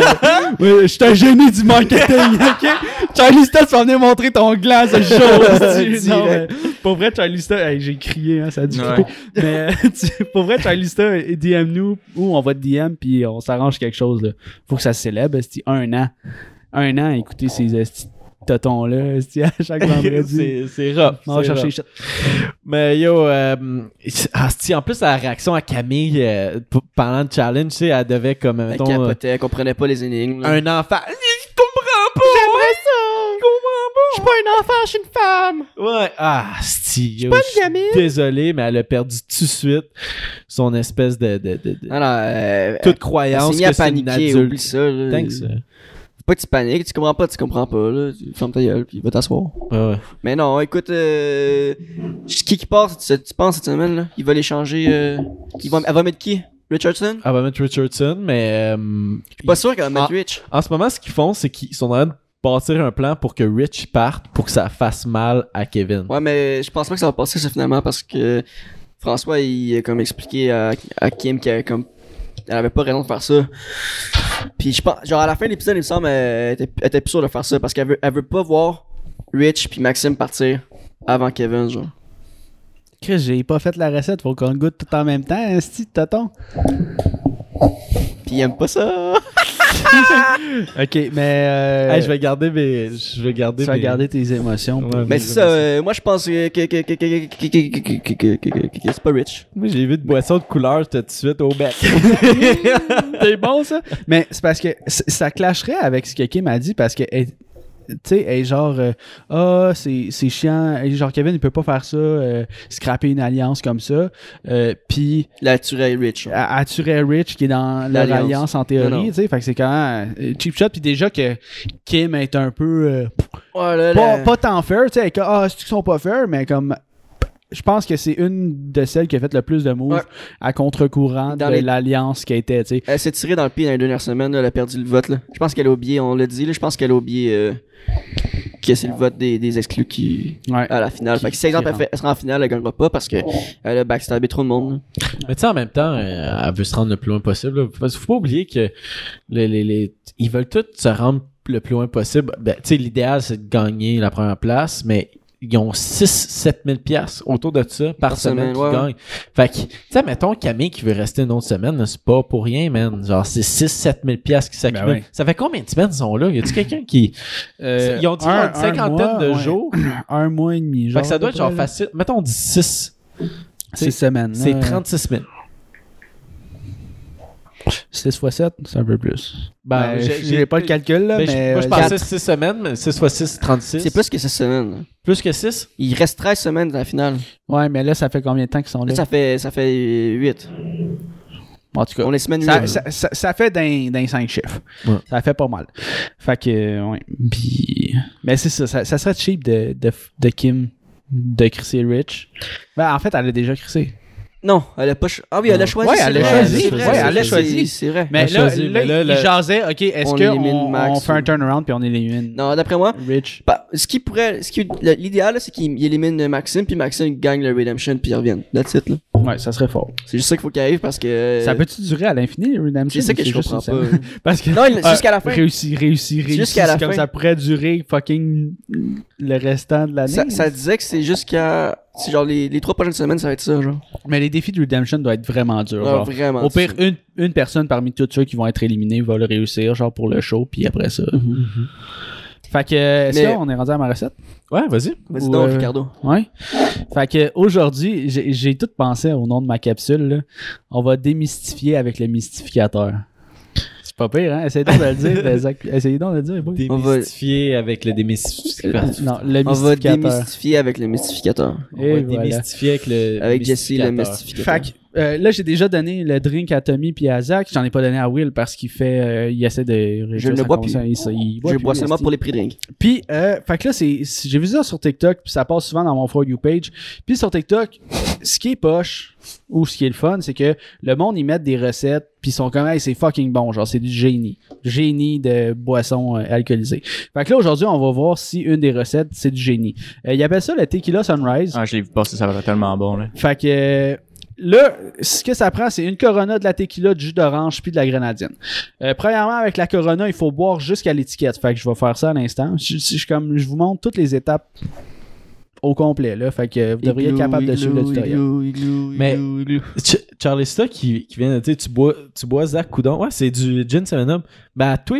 [SPEAKER 2] Oui, je suis un génie du marketing, ok? Charlie Star, tu vas venir montrer ton gland ce jour. non, mais,
[SPEAKER 4] Direct.
[SPEAKER 2] pour vrai, Charlie Star, hey, j'ai crié, hein, ça a dû
[SPEAKER 3] Ouais.
[SPEAKER 2] mais tu- pour vrai, Charlista, DM-nous ou on va te DM puis on s'arrange quelque chose. Là. Faut que ça se célèbre. C'est un an. Un an, écoutez ces esti de totons-là esti, à chaque vendredi.
[SPEAKER 1] c'est c'est rough.
[SPEAKER 2] on va
[SPEAKER 1] c'est
[SPEAKER 2] chercher
[SPEAKER 1] rough.
[SPEAKER 2] les shit.
[SPEAKER 1] Mais yo, euh, ah, c'ti, en plus, la réaction à Camille euh, p- pendant le challenge, tu sais, elle devait comme,
[SPEAKER 4] Elle
[SPEAKER 1] mettons, euh,
[SPEAKER 4] capotait, elle comprenait pas les énigmes. là.
[SPEAKER 1] un enfant. Je comprends pas! J'aimerais ça! Je comprends pas! Je suis pas un enfant, je suis une femme! Ouais, ah, c'ti, yo, je suis désolé, mais elle a perdu tout de suite son espèce de, de, de- de-
[SPEAKER 4] Non, non, euh,
[SPEAKER 1] toute
[SPEAKER 4] elle
[SPEAKER 1] croyance
[SPEAKER 4] s'est mise à
[SPEAKER 1] que c'est une
[SPEAKER 4] paniquer, oublie
[SPEAKER 1] adulte.
[SPEAKER 4] ça. là.
[SPEAKER 1] Thanks. euh.
[SPEAKER 4] Faut pas que tu paniques, tu comprends pas, tu comprends pas. Là. Tu fermes ta gueule, puis va t'asseoir.
[SPEAKER 1] Ouais, ouais.
[SPEAKER 4] Mais non, écoute, euh, qui qui part, tu, tu penses, cette semaine, là? Il va l'échanger, euh, il va, elle va mettre qui? Richardson?
[SPEAKER 1] Elle va mettre Richardson, mais euh,
[SPEAKER 4] Pas sûr qu'elle va mettre
[SPEAKER 1] Ah.
[SPEAKER 4] Rich.
[SPEAKER 1] En ce moment, ce qu'ils font, c'est qu'ils sont en train de bâtir un plan pour que Rich parte pour que ça fasse mal à Kevin.
[SPEAKER 4] Ouais, mais je pense pas que ça va passer, ça, finalement, parce que François, il a comme expliqué à, à Kim qu'elle comme, elle avait pas raison de faire ça. Puis je pense, genre, à la fin de l'épisode, il me semble, elle était, elle était plus sûre de faire ça, parce qu'elle veut, elle veut pas voir Rich puis Maxime partir avant Kevin, genre.
[SPEAKER 2] Chris, j'ai pas fait la recette. Faut qu'on le goûte tout en même temps, un esti de toton.
[SPEAKER 4] Puis il aime pas ça.
[SPEAKER 2] Ok, mais. euh,
[SPEAKER 1] Hey, je vais garder mes. Je vais garder
[SPEAKER 2] Tu vas
[SPEAKER 1] mes-
[SPEAKER 2] garder tes émotions.
[SPEAKER 1] Ouais,
[SPEAKER 4] Mais
[SPEAKER 1] mes
[SPEAKER 4] c'est ça,
[SPEAKER 1] émotions.
[SPEAKER 4] euh, moi je pense que, que, que, que, que, que, que- que- que- que- que- que- que c'est pas Rich.
[SPEAKER 1] Moi, j'ai vu de boisson de couleur tout de suite au bec.
[SPEAKER 2] C'est bon, ça? Mais c'est parce que c- ça clasherait avec ce que Kim a dit parce que. elle- tu sais, elle est genre, euh, ah, c'est c'est chiant. Elle est genre, Kevin, il peut pas faire ça, euh, scraper une alliance comme ça. Euh, Puis,
[SPEAKER 4] La tuerie Rich.
[SPEAKER 2] elle elle tuerait Rich, qui est dans leur
[SPEAKER 4] L'alliance.
[SPEAKER 2] alliance en
[SPEAKER 4] Non,
[SPEAKER 2] théorie,
[SPEAKER 4] non.
[SPEAKER 2] tu sais. Fait que c'est quand même euh, cheap shot. Puis déjà que Kim est un peu. euh,
[SPEAKER 4] Oh là
[SPEAKER 2] pas,
[SPEAKER 4] là.
[SPEAKER 2] pas tant fair, tu sais, avec, ah, c'est-tu qu'ils sont pas fair, mais comme. Je pense que c'est une de celles qui a fait le plus de moves
[SPEAKER 4] Ouais.
[SPEAKER 2] à contre-courant de
[SPEAKER 4] Dans les-
[SPEAKER 2] l'alliance qui était, tu sais.
[SPEAKER 4] Elle s'est tirée dans le pied dans les dernières semaines, là, elle a perdu le vote. Là. Je pense qu'elle a oublié, on l'a dit, là, je pense qu'elle a oublié euh, que c'est le vote des, des exclus qui.
[SPEAKER 2] Ouais.
[SPEAKER 4] à la finale.
[SPEAKER 2] Qui-
[SPEAKER 4] fait que si exemple
[SPEAKER 2] qui
[SPEAKER 4] elle, fait- elle sera en finale, elle gagnera pas parce que elle a backstabé trop de monde. là.
[SPEAKER 1] Mais tu sais, en même temps, euh, elle veut se rendre le plus loin possible. là. Parce qu'il faut pas oublier que les, les- les- ils veulent tous se rendre le plus loin possible. Ben, tu sais, l'idéal, c'est de gagner la première place, mais ils ont 6-7 000 piastres autour de ça par,
[SPEAKER 4] Par
[SPEAKER 1] semaine,
[SPEAKER 4] semaine,
[SPEAKER 1] qu'ils
[SPEAKER 4] ouais.
[SPEAKER 1] gagnent. Fait que, tu sais, mettons Camille qui veut rester une autre semaine, là, c'est pas pour rien, man. Genre, c'est 6-7 000 piastres qui s'accumulent.
[SPEAKER 2] Ben ouais.
[SPEAKER 1] Ça fait combien de semaines ils sont là? Y a-tu quelqu'un qui...
[SPEAKER 2] Euh,
[SPEAKER 1] ils ont dit
[SPEAKER 2] un-
[SPEAKER 1] genre une
[SPEAKER 2] un
[SPEAKER 1] cinquantaine
[SPEAKER 2] mois,
[SPEAKER 1] de
[SPEAKER 2] ouais.
[SPEAKER 1] jours.
[SPEAKER 2] un mois et demi.
[SPEAKER 1] Fait
[SPEAKER 2] Genre,
[SPEAKER 1] que ça doit
[SPEAKER 2] à
[SPEAKER 1] être
[SPEAKER 2] peu
[SPEAKER 1] genre
[SPEAKER 2] près, là.
[SPEAKER 1] facile. Mettons, on dit 6.
[SPEAKER 2] Six semaines.
[SPEAKER 1] C'est
[SPEAKER 2] là.
[SPEAKER 1] 36 000.
[SPEAKER 2] 6 fois 7, c'est un peu plus.
[SPEAKER 1] Ben,
[SPEAKER 2] Ben,
[SPEAKER 1] j'ai-
[SPEAKER 2] j'ai
[SPEAKER 1] j'ai-
[SPEAKER 2] j'ai pas le calcul, là,
[SPEAKER 1] Ben, je-
[SPEAKER 2] mais.
[SPEAKER 1] moi, je
[SPEAKER 2] euh,
[SPEAKER 1] pensais 6 semaines, mais 6 fois 6, 36.
[SPEAKER 4] C'est plus que cette semaine. là.
[SPEAKER 1] Plus que 6?
[SPEAKER 4] Il reste 13 semaines dans la finale.
[SPEAKER 2] Ouais, mais là, ça fait combien de temps qu'ils sont là?
[SPEAKER 4] Là, ça fait ça fait 8.
[SPEAKER 2] En tout cas.
[SPEAKER 4] On est semaine 8.
[SPEAKER 2] Ça, ça- ça- ça fait d'un, d'un 5 chiffres.
[SPEAKER 1] Ouais.
[SPEAKER 2] Ça fait pas mal. Fait que, euh, ouais. Puis- Mais c'est ça, ça, ça serait cheap de, de, de Kim de crisser Rich. Ben, en fait, elle a déjà crissé.
[SPEAKER 4] Non, elle a pas cho- Ah oui, elle a choisi.
[SPEAKER 2] Ouais,
[SPEAKER 4] c'est
[SPEAKER 2] elle a
[SPEAKER 4] vrai,
[SPEAKER 1] choisi.
[SPEAKER 4] c'est vrai,
[SPEAKER 1] Ouais,
[SPEAKER 4] c'est
[SPEAKER 1] elle a
[SPEAKER 4] vrai,
[SPEAKER 2] choisi.
[SPEAKER 4] c'est- C'est vrai.
[SPEAKER 2] Mais
[SPEAKER 1] Elle a
[SPEAKER 2] là,
[SPEAKER 1] choisi,
[SPEAKER 2] là,
[SPEAKER 1] mais là,
[SPEAKER 2] il
[SPEAKER 1] le-
[SPEAKER 2] jasait, OK, est-ce
[SPEAKER 4] On élimine
[SPEAKER 2] qu'on
[SPEAKER 4] Max
[SPEAKER 2] on fait
[SPEAKER 4] ou-
[SPEAKER 2] un turnaround puis on élimine
[SPEAKER 4] Non, d'après moi,
[SPEAKER 2] Rich?
[SPEAKER 4] Bah, ce qui pourrait, ce qui, le- l'idéal, là, c'est qu'il il élimine euh, Maxime, puis Maxime gagne le Redemption, puis il revienne. That's it, là.
[SPEAKER 2] Ouais, ça serait fort.
[SPEAKER 4] C'est juste ça qu'il faut qu'il arrive parce que. euh,
[SPEAKER 2] Ça peut-tu durer à l'infini, Redemption?
[SPEAKER 4] C'est ça que
[SPEAKER 2] ou
[SPEAKER 4] je
[SPEAKER 2] juste
[SPEAKER 4] comprends
[SPEAKER 2] une
[SPEAKER 4] pas.
[SPEAKER 2] semaine? Parce que
[SPEAKER 4] Non, il- c'est jusqu'à la fin.
[SPEAKER 2] Réussi, réussi, réussi.
[SPEAKER 4] jusqu'à la
[SPEAKER 2] c'est comme
[SPEAKER 4] fin.
[SPEAKER 2] ça pourrait durer fucking le restant de l'année.
[SPEAKER 4] Ça, ça disait que c'est jusqu'à. C'est genre les, les trois prochaines semaines, ça va être ça, genre.
[SPEAKER 2] Mais les défis de Redemption doivent être vraiment durs.
[SPEAKER 4] Ah,
[SPEAKER 2] genre.
[SPEAKER 4] vraiment.
[SPEAKER 2] Au pire, une, une personne parmi tous ceux qui vont être éliminés va le réussir, genre pour le show, puis après ça. Fait que, euh, est-ce
[SPEAKER 4] Mais-
[SPEAKER 2] qu'on est rendu à ma recette?
[SPEAKER 1] Ouais, vas-y.
[SPEAKER 4] Vas-y
[SPEAKER 2] ou,
[SPEAKER 4] donc,
[SPEAKER 2] euh,
[SPEAKER 4] Ricardo.
[SPEAKER 2] Ouais. Fait que, aujourd'hui, j'ai j'ai tout pensé au nom de ma capsule. là. On va démystifier avec le mystificateur. C'est pas pire, hein? Essayez donc de le dire, les ac- Essayez donc de le dire, les boys.
[SPEAKER 4] On va-
[SPEAKER 1] Démystifier avec le démystificateur.
[SPEAKER 2] Euh, Non, le
[SPEAKER 4] On va
[SPEAKER 2] mystificateur.
[SPEAKER 4] démystifier avec le mystificateur.
[SPEAKER 1] On
[SPEAKER 2] Et
[SPEAKER 1] va
[SPEAKER 2] voilà.
[SPEAKER 1] démystifier avec le
[SPEAKER 4] Avec Jesse, le
[SPEAKER 1] mystificateur.
[SPEAKER 4] mystificateur.
[SPEAKER 2] Fait que, euh, là, j'ai déjà donné le drink à Tommy puis à Zach. J'en ai pas donné à Will parce qu'il fait, euh, il essaie de. réduire
[SPEAKER 4] ne
[SPEAKER 2] sa
[SPEAKER 4] bois plus.
[SPEAKER 2] consom- il- il boit
[SPEAKER 4] je
[SPEAKER 2] plus,
[SPEAKER 4] bois seulement
[SPEAKER 2] esti.
[SPEAKER 4] pour les prix drinks.
[SPEAKER 2] Puis, euh, fait que là, c'est, c'est- j'ai vu ça sur TikTok, puis ça passe souvent dans mon For You page. Puis sur TikTok, ce qui est poche, ou ce qui est le fun, c'est que le monde, ils mettent des recettes, puis ils sont comme, hey, c'est fucking bon, genre, c'est du génie. Génie de boissons euh, alcoolisées. Fait que là, aujourd'hui, on va voir si une des recettes, c'est du génie. Euh, ils appellent ça le Tequila Sunrise.
[SPEAKER 3] Ah, je l'ai vu passer, ça va être tellement bon, là.
[SPEAKER 2] Fait que euh, là, ce que ça prend, c'est une Corona, de la tequila, du jus d'orange, puis de la grenadine. Euh, premièrement, avec la Corona, il faut boire jusqu'à l'étiquette. Fait que je vais faire ça à l'instant. Je, je- je- comme, je vous montre toutes les étapes au complet. Là. Fait que vous devriez être capable de suivre le tutoriel.
[SPEAKER 1] Mais- Ch- Charlie Stock qui, qui vient de dire tu bois, tu bois Zach Coudon. Ouais, c'est du gin 7-up. Ben, à toi,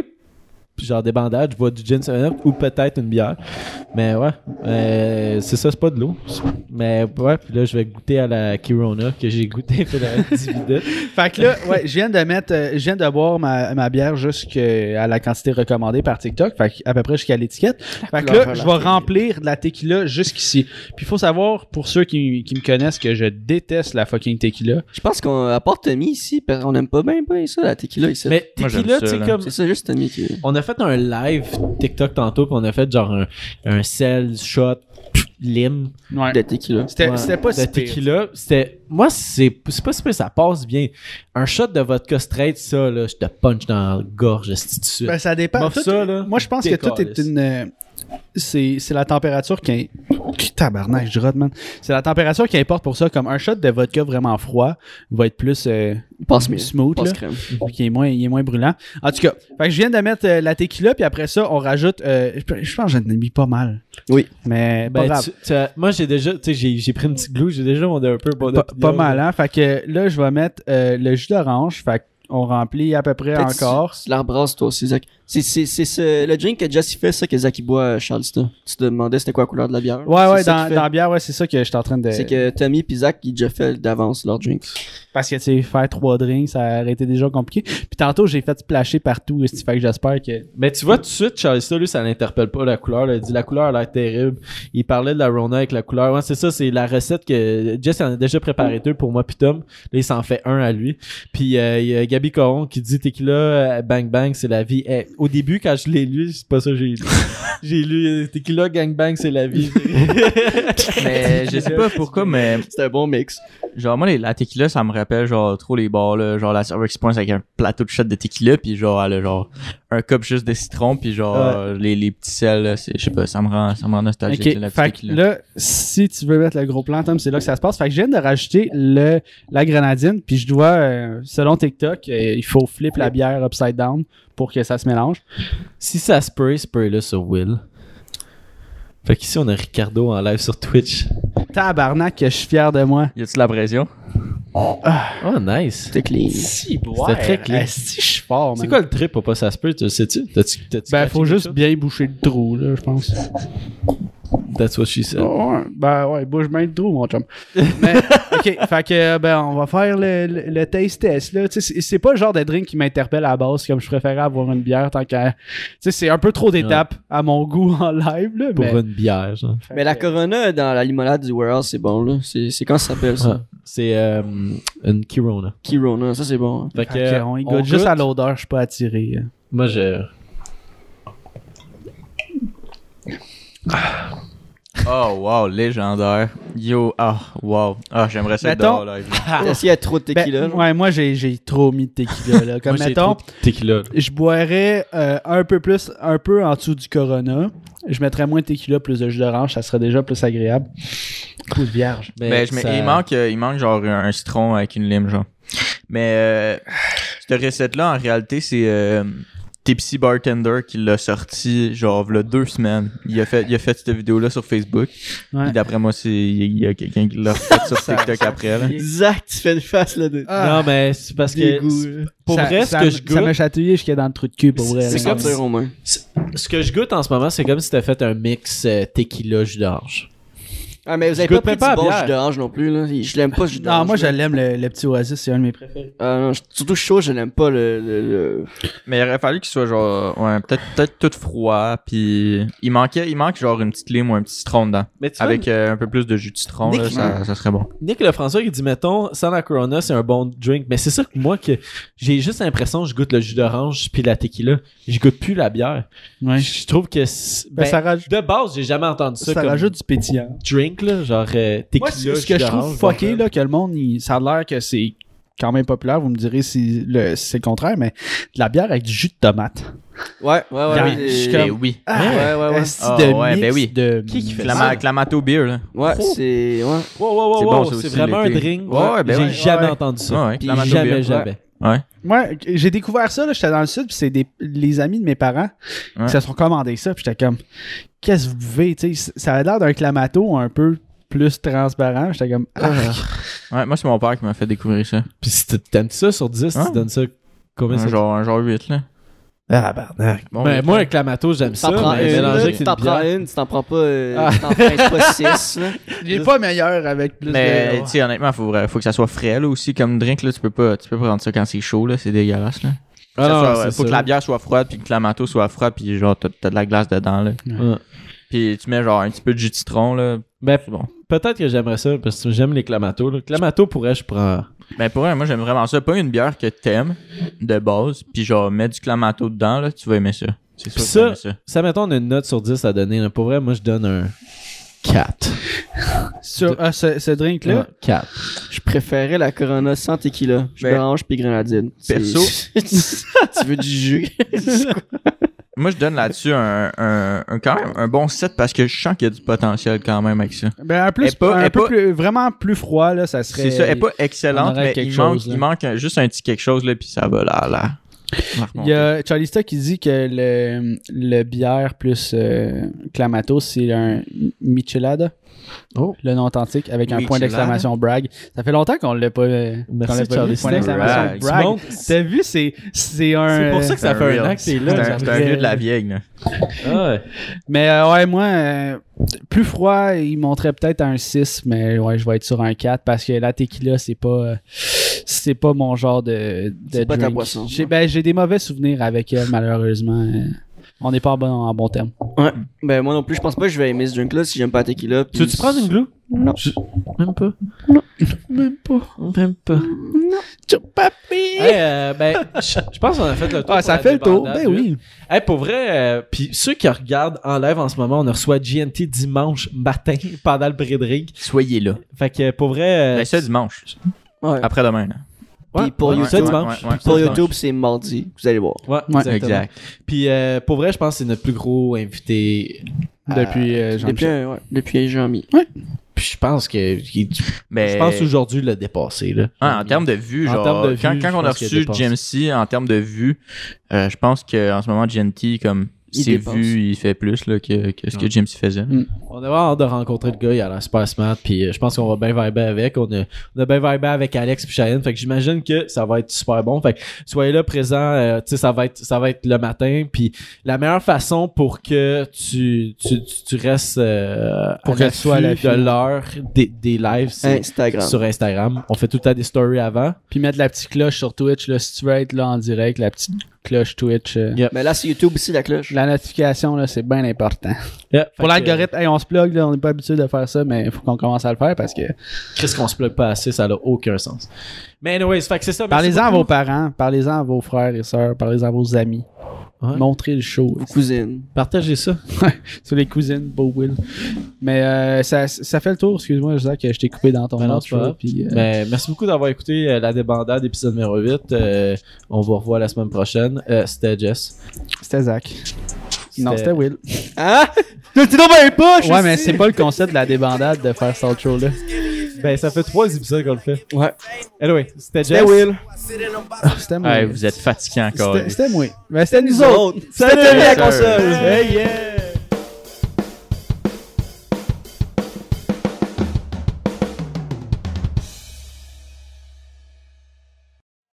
[SPEAKER 1] genre des bandages, je bois du gin 7-up ou peut-être une bière. Mais ouais, euh, c'est ça, c'est pas de l'eau. Mais ouais, puis là, je vais goûter à la Kirona que j'ai goûté pour la dividende.
[SPEAKER 2] Fait que là, ouais, je viens de mettre, euh, je viens de boire ma, ma bière jusqu'à la quantité recommandée par TikTok. Fait que à peu près jusqu'à l'étiquette. Fait que là,
[SPEAKER 4] couleur
[SPEAKER 2] je vais
[SPEAKER 4] relatée.
[SPEAKER 2] remplir de la tequila jusqu'ici. Puis il faut savoir, pour ceux qui, qui me connaissent, que je déteste la fucking tequila.
[SPEAKER 4] Je pense qu'on apporte Tommy ici, parce qu'on aime pas bien ben ça, la tequila ici.
[SPEAKER 1] Mais
[SPEAKER 3] Moi, j'aime
[SPEAKER 1] tequila,
[SPEAKER 3] ça,
[SPEAKER 1] tu sais,
[SPEAKER 3] là.
[SPEAKER 1] comme.
[SPEAKER 4] C'est ça, juste Tommy qui.
[SPEAKER 1] On a fait un live TikTok tantôt, puis on a fait genre un, un sel shot pff, lime.
[SPEAKER 2] Ouais.
[SPEAKER 4] De tequila.
[SPEAKER 2] C'était
[SPEAKER 1] Ouais.
[SPEAKER 2] c'était pas
[SPEAKER 1] de
[SPEAKER 2] si pire.
[SPEAKER 1] tequila, c'était moi c'est c'est pas super ça passe bien. Un shot de vodka straight ça là, je te punch dans la gorge esti, tout de suite.
[SPEAKER 2] Ben, ça dépend.
[SPEAKER 1] Morceau,
[SPEAKER 2] Tout-
[SPEAKER 1] là,
[SPEAKER 2] moi, je pense que tout est
[SPEAKER 1] décalisse.
[SPEAKER 2] une. euh, C'est c'est la température qui. est- Tabarnak, je rote, man. C'est la température qui importe pour ça. Comme un shot de vodka vraiment froid va être plus euh,
[SPEAKER 4] Passe mieux.
[SPEAKER 2] smooth,
[SPEAKER 4] Passe
[SPEAKER 2] là,
[SPEAKER 4] crème.
[SPEAKER 2] puis qui est moins, il est moins brûlant. En tout cas, fait que je viens de mettre euh, la tequila, puis après ça, on rajoute. euh, je, je pense que j'en ai mis pas mal.
[SPEAKER 4] Oui.
[SPEAKER 2] Mais pas
[SPEAKER 1] Ben,
[SPEAKER 2] grave.
[SPEAKER 1] tu- tu as- moi j'ai déjà tu sais j'ai j'ai pris une petite glue, j'ai déjà demandé un peu bon,
[SPEAKER 2] Pas,
[SPEAKER 1] d'opinion,
[SPEAKER 2] pas
[SPEAKER 1] là.
[SPEAKER 2] mal, hein. Fait que là, je vais mettre euh, le jus d'orange. Fait qu'on remplit à peu près
[SPEAKER 4] Peut-être tu-
[SPEAKER 2] encore.
[SPEAKER 4] Tu la rebrasses, toi aussi, Zach. C'est- C'est c'est ce- le drink que Jesse fait, ça, que Zach il boit à Charleston. Tu te demandais c'était quoi la couleur de la bière.
[SPEAKER 2] Ouais,
[SPEAKER 4] C'est
[SPEAKER 2] ouais,
[SPEAKER 4] ça qu'il
[SPEAKER 2] dans,
[SPEAKER 4] fait.
[SPEAKER 2] dans la bière, ouais, c'est ça que je suis en train de.
[SPEAKER 4] C'est que Tommy puis Zach, ils déjà fait d'avance leur drink.
[SPEAKER 2] Parce que, tu sais, faire trois drinks, ça aurait été déjà compliqué. Puis tantôt, j'ai fait splasher partout, esti, fait que j'espère que...
[SPEAKER 1] Mais tu vois tout de suite Charles ça, lui ça l'interpelle pas la couleur, là. il dit la couleur a l'air terrible. Il parlait de la Rona avec la couleur. Ouais, c'est ça, c'est la recette que Jess en a déjà préparé deux pour moi puis Tom. Là, il s'en fait un à lui. Puis euh, il y a Gabi Coron qui dit tequila euh, bang bang, c'est la vie. Eh, au début quand je l'ai lu, c'est pas ça que j'ai lu. j'ai lu euh, tequila gang bang, c'est la vie.
[SPEAKER 3] Mais je sais pas pourquoi, mais
[SPEAKER 4] C'est un bon mix.
[SPEAKER 3] genre, moi, les, la tequila, ça me rappelle, genre, trop les bars, là. Genre, la serveur qui se pointe avec un plateau de shot de tequila, puis genre, elle a, genre, un cup juste de citron, puis genre, euh, les, les petits sels, là, c'est- je sais pas, ça me rend, ça me rend nostalgique,
[SPEAKER 2] Ok,
[SPEAKER 3] la petite
[SPEAKER 2] fait que
[SPEAKER 3] tequila.
[SPEAKER 2] là, si tu veux mettre le gros plan, Tom, c'est là que ça se passe. Fait que je viens de rajouter le, la grenadine, puis je dois, euh, selon TikTok, euh, il faut flip la bière upside down pour que ça se mélange.
[SPEAKER 1] si ça spray, spray-le sur Will. Fait qu'ici on a Ricardo en live sur Twitch.
[SPEAKER 2] Tabarnak, que je suis fier de moi.
[SPEAKER 3] Y a-tu la pression?
[SPEAKER 1] Oh nice.
[SPEAKER 4] C'était clean.
[SPEAKER 2] Si,
[SPEAKER 1] C'était très clean.
[SPEAKER 2] Si, je suis fort, man.
[SPEAKER 1] C'est quoi le trip pour pas ça se peut, tu le sais-tu? T'as-tu- t'as-tu
[SPEAKER 2] Ben,
[SPEAKER 1] catché
[SPEAKER 2] faut
[SPEAKER 1] quelque
[SPEAKER 2] juste
[SPEAKER 1] chose?
[SPEAKER 2] bien boucher le trou, là, je pense.
[SPEAKER 1] That's what she said.
[SPEAKER 2] Oh, ouais. Ben ouais, bouge bien le trou, mon chum. Mais, ok, fait que, euh, ben, on va faire le, le, le taste test, là. Tu sais, c'est- c'est pas le genre de drink qui m'interpelle à la base, comme je préférais avoir une bière tant qu'à. Tu sais, c'est un peu trop d'étapes à mon goût en live, là.
[SPEAKER 1] Pour
[SPEAKER 2] mais,
[SPEAKER 1] une bière, genre.
[SPEAKER 4] Mais la Corona dans la limonade du warehouse, c'est bon, là. C'est c'est quand ça s'appelle, ça?
[SPEAKER 1] Ouais. C'est euh, une Kirona.
[SPEAKER 4] Kirona, ça, c'est bon. hein.
[SPEAKER 1] Fait que,
[SPEAKER 2] Fait que,
[SPEAKER 1] euh,
[SPEAKER 2] on y
[SPEAKER 1] on
[SPEAKER 2] Ah, goûte juste
[SPEAKER 1] goûte.
[SPEAKER 2] à l'odeur, je suis pas attiré. euh.
[SPEAKER 1] Moi, je.
[SPEAKER 3] Oh, wow, légendaire. Yo, ah, wow. Ah, j'aimerais ça être
[SPEAKER 2] Mettons-
[SPEAKER 3] dehors, live.
[SPEAKER 4] T'as essayé à trop de tequila,
[SPEAKER 2] Ah. Ben,
[SPEAKER 4] là.
[SPEAKER 2] ouais, moi, j'ai j'ai trop mis de tequila, là. Comme,
[SPEAKER 1] Moi, j'ai trop
[SPEAKER 2] mettons,
[SPEAKER 1] de Tequila.
[SPEAKER 2] je boirais euh, un peu plus, un peu en dessous du Corona. Je mettrais moins de tequila, plus de jus d'orange, ça serait déjà plus agréable. Coup de vierge.
[SPEAKER 1] Mais,
[SPEAKER 3] Mais Ben, je mets-
[SPEAKER 1] ça-
[SPEAKER 3] il, manque, euh, il manque genre un, un citron avec une lime, genre. Mais euh, cette recette-là, en réalité, c'est euh, Tipsy Bartender qui l'a sorti, genre, il deux semaines. Il a fait, il a fait cette vidéo-là sur Facebook.
[SPEAKER 2] Ouais.
[SPEAKER 3] Puis d'après moi, c'est, il y a quelqu'un qui l'a fait sur TikTok après. là.
[SPEAKER 4] Zach, tu fais une face, là, de.
[SPEAKER 2] Ah,
[SPEAKER 1] Non, mais c'est parce que. c'est- Pour
[SPEAKER 2] Ça-
[SPEAKER 1] vrai,
[SPEAKER 2] ça
[SPEAKER 1] ce que
[SPEAKER 2] me-
[SPEAKER 1] je
[SPEAKER 2] Ça m'a
[SPEAKER 1] goûte.
[SPEAKER 2] chatouillé jusqu'à dans le trou de cul, pour vrai.
[SPEAKER 1] C'est
[SPEAKER 2] là.
[SPEAKER 1] comme-
[SPEAKER 4] sortir au moins.
[SPEAKER 1] Ce que je goûte en ce moment, c'est comme si t'as fait un mix euh, tequila jus d'orange.
[SPEAKER 4] Ah, mais vous
[SPEAKER 1] Je
[SPEAKER 4] avez pas
[SPEAKER 1] goûterais
[SPEAKER 4] pris
[SPEAKER 1] pas à
[SPEAKER 4] du bon
[SPEAKER 1] bière.
[SPEAKER 4] jus d'orange non plus, là. Je l'aime pas, ce jus d'orange.
[SPEAKER 2] Non, moi je
[SPEAKER 4] là.
[SPEAKER 2] l'aime, le, le petit oasis, c'est un de mes préférés.
[SPEAKER 4] Ah, non, je- surtout chaud, je l'aime pas, le. le- le-
[SPEAKER 3] Mais il aurait fallu qu'il soit genre, ouais, peut-être peut-être tout froid, puis il manquait, il manque genre une petite lime ou un petit citron dedans.
[SPEAKER 1] Mais tu vois,
[SPEAKER 3] Avec euh, un peu plus de jus de citron, là,
[SPEAKER 1] Nick-
[SPEAKER 3] ça, ça serait bon.
[SPEAKER 1] Nick Lefrançois qui dit mettons Sana Corona c'est un bon drink mais c'est ça que moi que j'ai juste l'impression que je goûte le jus d'orange puis la tequila je goûte plus la bière
[SPEAKER 2] Ouais.
[SPEAKER 1] je trouve que c'est-
[SPEAKER 2] Ben,
[SPEAKER 1] ben,
[SPEAKER 2] ça raj-
[SPEAKER 1] de base j'ai jamais entendu ça,
[SPEAKER 2] Ben, ça
[SPEAKER 1] comme
[SPEAKER 2] rajoute du pétillant.
[SPEAKER 1] drink là genre euh, tequila
[SPEAKER 2] Moi, ce- ce
[SPEAKER 1] jus
[SPEAKER 2] que je trouve
[SPEAKER 1] d'orange,
[SPEAKER 2] fucké,
[SPEAKER 1] genre,
[SPEAKER 2] là, que le monde, il- ça a l'air que c'est quand même populaire, vous me direz si le- si c'est le contraire, mais de la bière avec du jus de tomate.
[SPEAKER 4] Ouais, ouais, ouais.
[SPEAKER 2] Bien, je
[SPEAKER 4] ouais,
[SPEAKER 2] suis
[SPEAKER 4] les-
[SPEAKER 3] Ben
[SPEAKER 2] comme- hein?
[SPEAKER 3] oui.
[SPEAKER 4] Ouais, ouais, ouais. ouais.
[SPEAKER 2] Asti
[SPEAKER 3] Ah,
[SPEAKER 2] de
[SPEAKER 3] ouais,
[SPEAKER 2] mix
[SPEAKER 3] ben oui.
[SPEAKER 2] de-
[SPEAKER 1] Qui qui fait
[SPEAKER 3] La,
[SPEAKER 1] ça?
[SPEAKER 3] ma- avec la mato beer, là.
[SPEAKER 4] Ouais, c'est. Ouais.
[SPEAKER 1] euh, wow, wow, wow,
[SPEAKER 3] C'est
[SPEAKER 1] wow,
[SPEAKER 3] bon, ça
[SPEAKER 1] c'est
[SPEAKER 3] aussi,
[SPEAKER 1] vraiment un
[SPEAKER 3] l'été.
[SPEAKER 1] drink
[SPEAKER 3] Ouais, ouais, ben
[SPEAKER 1] j'ai
[SPEAKER 3] ouais.
[SPEAKER 1] jamais
[SPEAKER 2] Ouais.
[SPEAKER 1] entendu ça
[SPEAKER 3] Ouais, ouais,
[SPEAKER 4] Puis
[SPEAKER 3] la mato
[SPEAKER 1] jamais
[SPEAKER 3] beer.
[SPEAKER 1] jamais
[SPEAKER 3] Ouais.
[SPEAKER 2] Moi, j'ai découvert ça, là, j'étais dans le sud, puis c'est des, les amis de mes parents
[SPEAKER 3] Ouais.
[SPEAKER 2] qui se sont commandés ça, puis j'étais comme, qu'est-ce que vous buvez, tu sais, ça a l'air d'un clamato un peu plus transparent, j'étais comme, ah,
[SPEAKER 3] Ouais, moi, c'est mon père qui m'a fait découvrir ça.
[SPEAKER 1] puis si t- t'aimes ça sur 10
[SPEAKER 3] Hein?
[SPEAKER 1] tu donnes ça combien
[SPEAKER 3] Un
[SPEAKER 1] ça
[SPEAKER 3] genre, un genre 8, là.
[SPEAKER 1] ah barnac
[SPEAKER 3] Bon,
[SPEAKER 1] ben,
[SPEAKER 3] huit,
[SPEAKER 1] moi
[SPEAKER 3] là.
[SPEAKER 1] avec la mato j'aime
[SPEAKER 4] Tu
[SPEAKER 1] ça
[SPEAKER 4] t'en prends
[SPEAKER 1] mais
[SPEAKER 4] une,
[SPEAKER 1] mélangé
[SPEAKER 4] là,
[SPEAKER 1] avec
[SPEAKER 4] tu
[SPEAKER 1] une
[SPEAKER 4] t'en prends
[SPEAKER 1] bière
[SPEAKER 4] une, tu t'en prends pas. euh,
[SPEAKER 1] Ah.
[SPEAKER 4] Tu t'en prends pas six, là.
[SPEAKER 2] il est pas meilleur avec plus
[SPEAKER 3] Mais,
[SPEAKER 2] de...
[SPEAKER 3] tu sais, honnêtement, faut, vra- faut que ça soit frais, là, aussi, comme drink, là. Tu peux pas, tu peux pas prendre ça quand c'est chaud, là. C'est dégueulasse, là.
[SPEAKER 1] Ah
[SPEAKER 3] Faut, que ça
[SPEAKER 1] non,
[SPEAKER 3] soit-
[SPEAKER 1] c'est
[SPEAKER 3] faut que
[SPEAKER 1] ça.
[SPEAKER 3] la bière soit froide, puis que la mato soit froide, puis genre, t'as t'as de la glace dedans, là.
[SPEAKER 1] Ouais.
[SPEAKER 3] Puis tu mets, genre, un petit peu de jus de citron, là.
[SPEAKER 1] ben
[SPEAKER 3] C'est bon.
[SPEAKER 1] peut-être que j'aimerais ça parce que j'aime les clamato là. clamato pourrais je prends
[SPEAKER 3] Ben pour vrai, moi j'aime vraiment ça. Pas une bière que t'aimes de base, puis genre mets du clamato dedans, là, tu vas aimer ça. C'est
[SPEAKER 1] Puis
[SPEAKER 3] sûr que tu vas aimer
[SPEAKER 1] ça-
[SPEAKER 3] ça.
[SPEAKER 1] Ça, mettons, on a une note sur 10 à donner. là. Pour vrai, moi, je donne un 4.
[SPEAKER 2] Sur, ah, ce, ce drink-là,
[SPEAKER 1] 4.
[SPEAKER 4] Je préférais la Corona sans tequila. Je
[SPEAKER 3] Ben,
[SPEAKER 4] d'orange puis grenadine. C'est-
[SPEAKER 3] perso-
[SPEAKER 4] tu veux du jus.
[SPEAKER 3] Moi je donne là-dessus un, un, un- quand même un bon 7 parce que je sens qu'il y a du potentiel quand même avec ça.
[SPEAKER 2] ben, un, plus,
[SPEAKER 3] est pas-
[SPEAKER 2] un
[SPEAKER 3] est
[SPEAKER 2] peu
[SPEAKER 3] pas-
[SPEAKER 2] plus- vraiment plus froid, là, ça serait...
[SPEAKER 3] C'est ça, elle est pas
[SPEAKER 2] on
[SPEAKER 3] excellente,
[SPEAKER 2] aurait
[SPEAKER 3] mais
[SPEAKER 2] quelque
[SPEAKER 3] il manque,
[SPEAKER 2] chose, là.
[SPEAKER 3] il manque un- juste un petit quelque chose là, puis ça va là là.
[SPEAKER 2] Il y a Charlista qui dit que le, le bière plus euh, Clamato, c'est un Michelada.
[SPEAKER 1] Oh.
[SPEAKER 2] Le nom authentique avec un point
[SPEAKER 3] Michelada.
[SPEAKER 2] d'exclamation brag. Ça fait longtemps qu'on l'a pas. euh,
[SPEAKER 1] Merci,
[SPEAKER 2] qu'on l'a pas
[SPEAKER 1] Charlie
[SPEAKER 2] vu.
[SPEAKER 1] Snow.
[SPEAKER 2] Point d'exclamation
[SPEAKER 3] Brag.
[SPEAKER 2] brag.
[SPEAKER 1] Tu montes-
[SPEAKER 2] T'as vu, c'est, c'est un.
[SPEAKER 1] C'est pour ça
[SPEAKER 2] euh,
[SPEAKER 1] que ça fait un an que c'est là,
[SPEAKER 3] C'est un- c'est un
[SPEAKER 1] j'aimerais-
[SPEAKER 3] vieux de la vieille. Là.
[SPEAKER 1] Ah ouais.
[SPEAKER 2] Mais euh, ouais, moi, euh, plus froid, il monterait peut-être un 6, mais ouais, je vais être sur un 4 parce que la tequila, c'est pas. euh, c'est pas mon genre de. de
[SPEAKER 4] C'est pas ta
[SPEAKER 2] drink.
[SPEAKER 4] boisson.
[SPEAKER 2] J'ai, ben, j'ai des mauvais souvenirs avec elle, malheureusement. Euh, On n'est pas en bon, en bon terme.
[SPEAKER 4] Ouais. Ben, moi non plus, je pense pas que je vais aimer ce drink-là si j'aime pas la tequila.
[SPEAKER 1] Tu veux-tu prendre une glue?
[SPEAKER 4] Non.
[SPEAKER 1] Je- Même pas. Non. Même pas. Même pas.
[SPEAKER 2] Papi!
[SPEAKER 1] Hey, euh, ben, je je pense qu'on a fait le tour.
[SPEAKER 2] Ah,
[SPEAKER 1] pour
[SPEAKER 2] ça
[SPEAKER 1] la
[SPEAKER 2] fait le tour.
[SPEAKER 1] débandade,
[SPEAKER 2] Ben oui.
[SPEAKER 1] Hey, pour vrai, euh, puis ceux qui regardent en live en ce moment, on reçoit GNT dimanche matin pendant le Bredrig.
[SPEAKER 3] Soyez là.
[SPEAKER 1] Fait que pour vrai. euh,
[SPEAKER 3] Ben, ça dimanche.
[SPEAKER 4] Ouais.
[SPEAKER 3] Après-demain. là.
[SPEAKER 1] ouais,
[SPEAKER 4] Puis pour
[SPEAKER 1] ouais,
[SPEAKER 4] YouTube,
[SPEAKER 1] ça dimanche.
[SPEAKER 3] ouais, ouais,
[SPEAKER 4] Pour
[SPEAKER 3] ça
[SPEAKER 4] YouTube, c'est mardi. Vous allez voir.
[SPEAKER 1] Ouais,
[SPEAKER 2] Ouais,
[SPEAKER 1] exactement.
[SPEAKER 3] Exact.
[SPEAKER 1] Puis euh, pour vrai, je pense que c'est notre plus gros invité.
[SPEAKER 2] Depuis euh,
[SPEAKER 4] Depuis,
[SPEAKER 2] Jean-Michel.
[SPEAKER 4] euh, ouais, depuis janvier.
[SPEAKER 1] Puis je pense que. qu'il-
[SPEAKER 3] Mais...
[SPEAKER 1] Je pense aujourd'hui le dépasser. Là.
[SPEAKER 3] Ben, Ouais, en termes de vues,
[SPEAKER 1] En
[SPEAKER 3] genre,
[SPEAKER 1] termes de
[SPEAKER 3] quand,
[SPEAKER 1] vues,
[SPEAKER 3] quand
[SPEAKER 1] je
[SPEAKER 3] on a
[SPEAKER 1] pense qu'il
[SPEAKER 3] reçu
[SPEAKER 1] dépasse.
[SPEAKER 3] GMC, en termes de vues, euh, je pense qu'en ce moment, GMT, comme
[SPEAKER 4] Il
[SPEAKER 3] ses
[SPEAKER 4] dépasse.
[SPEAKER 3] vues, il fait plus là, que, que ce que GMC faisait.
[SPEAKER 1] On a vraiment hâte de rencontrer le gars, il a l'air super smart, puis euh, je pense qu'on va bien viber avec. On a, on a bien viber avec Alex puis Cheyenne, fait que j'imagine que ça va être super bon. Fait que soyez là présent, euh, tu sais, ça va être ça va être le matin, puis la meilleure façon pour que tu, tu, tu, tu restes euh,
[SPEAKER 2] Pour
[SPEAKER 1] à
[SPEAKER 2] que tu sois à
[SPEAKER 1] l'affût
[SPEAKER 2] l'affût.
[SPEAKER 1] de l'heure des, des lives, c'est
[SPEAKER 4] Instagram.
[SPEAKER 1] sur Instagram. On fait tout le temps des stories avant.
[SPEAKER 2] Puis mettre la petite cloche sur Twitch, là, si tu veux être là en direct, la petite cloche Twitch. euh,
[SPEAKER 1] Yeah.
[SPEAKER 4] Mais Ben, là, c'est YouTube aussi, la cloche.
[SPEAKER 2] La notification, là, c'est bien important.
[SPEAKER 1] Yeah, fait
[SPEAKER 2] Pour
[SPEAKER 1] que, euh,
[SPEAKER 2] l'algorithme, hey, on se plug, là, on n'est pas habitué de faire ça, mais il faut qu'on commence à le faire parce que.
[SPEAKER 1] euh, Chris qu'on se plug pas assez, ça n'a aucun sens. Mais anyways, fait que c'est ça. merci
[SPEAKER 2] Parlez-en à
[SPEAKER 1] beaucoup.
[SPEAKER 2] vos parents, parlez-en à vos frères et sœurs, parlez-en à vos amis.
[SPEAKER 1] Ouais.
[SPEAKER 2] Montrez le show.
[SPEAKER 4] Vos cousines.
[SPEAKER 1] Partagez ça.
[SPEAKER 2] Sur les cousines, Beau Will. Mais euh, ça, ça fait le tour, excuse-moi, je que je t'ai coupé dans ton
[SPEAKER 1] Ben non, c'est
[SPEAKER 2] outro,
[SPEAKER 1] pas grave.
[SPEAKER 2] puis, euh,
[SPEAKER 1] Mais Ben, merci beaucoup d'avoir écouté euh, la débandade épisode numéro 8. Euh, on vous revoit la semaine prochaine. Euh, c'était Jess.
[SPEAKER 2] C'était Zach. Non, c'était Will.
[SPEAKER 4] Hein? T'es dans ma poche!
[SPEAKER 2] Ouais, mais c'est pas le concept de la débandade de faire cet show là.
[SPEAKER 1] Ben, ça fait trois épisodes qu'on le fait.
[SPEAKER 4] Ouais.
[SPEAKER 1] Anyway, c'était Jess.
[SPEAKER 4] C'était Will.
[SPEAKER 2] Ah, C'était moi.
[SPEAKER 3] Ouais, vous êtes fatigué encore.
[SPEAKER 2] C'était- C'était moi. Mais c'était nous autres.
[SPEAKER 4] C'était lui la console.
[SPEAKER 2] Hey, yeah.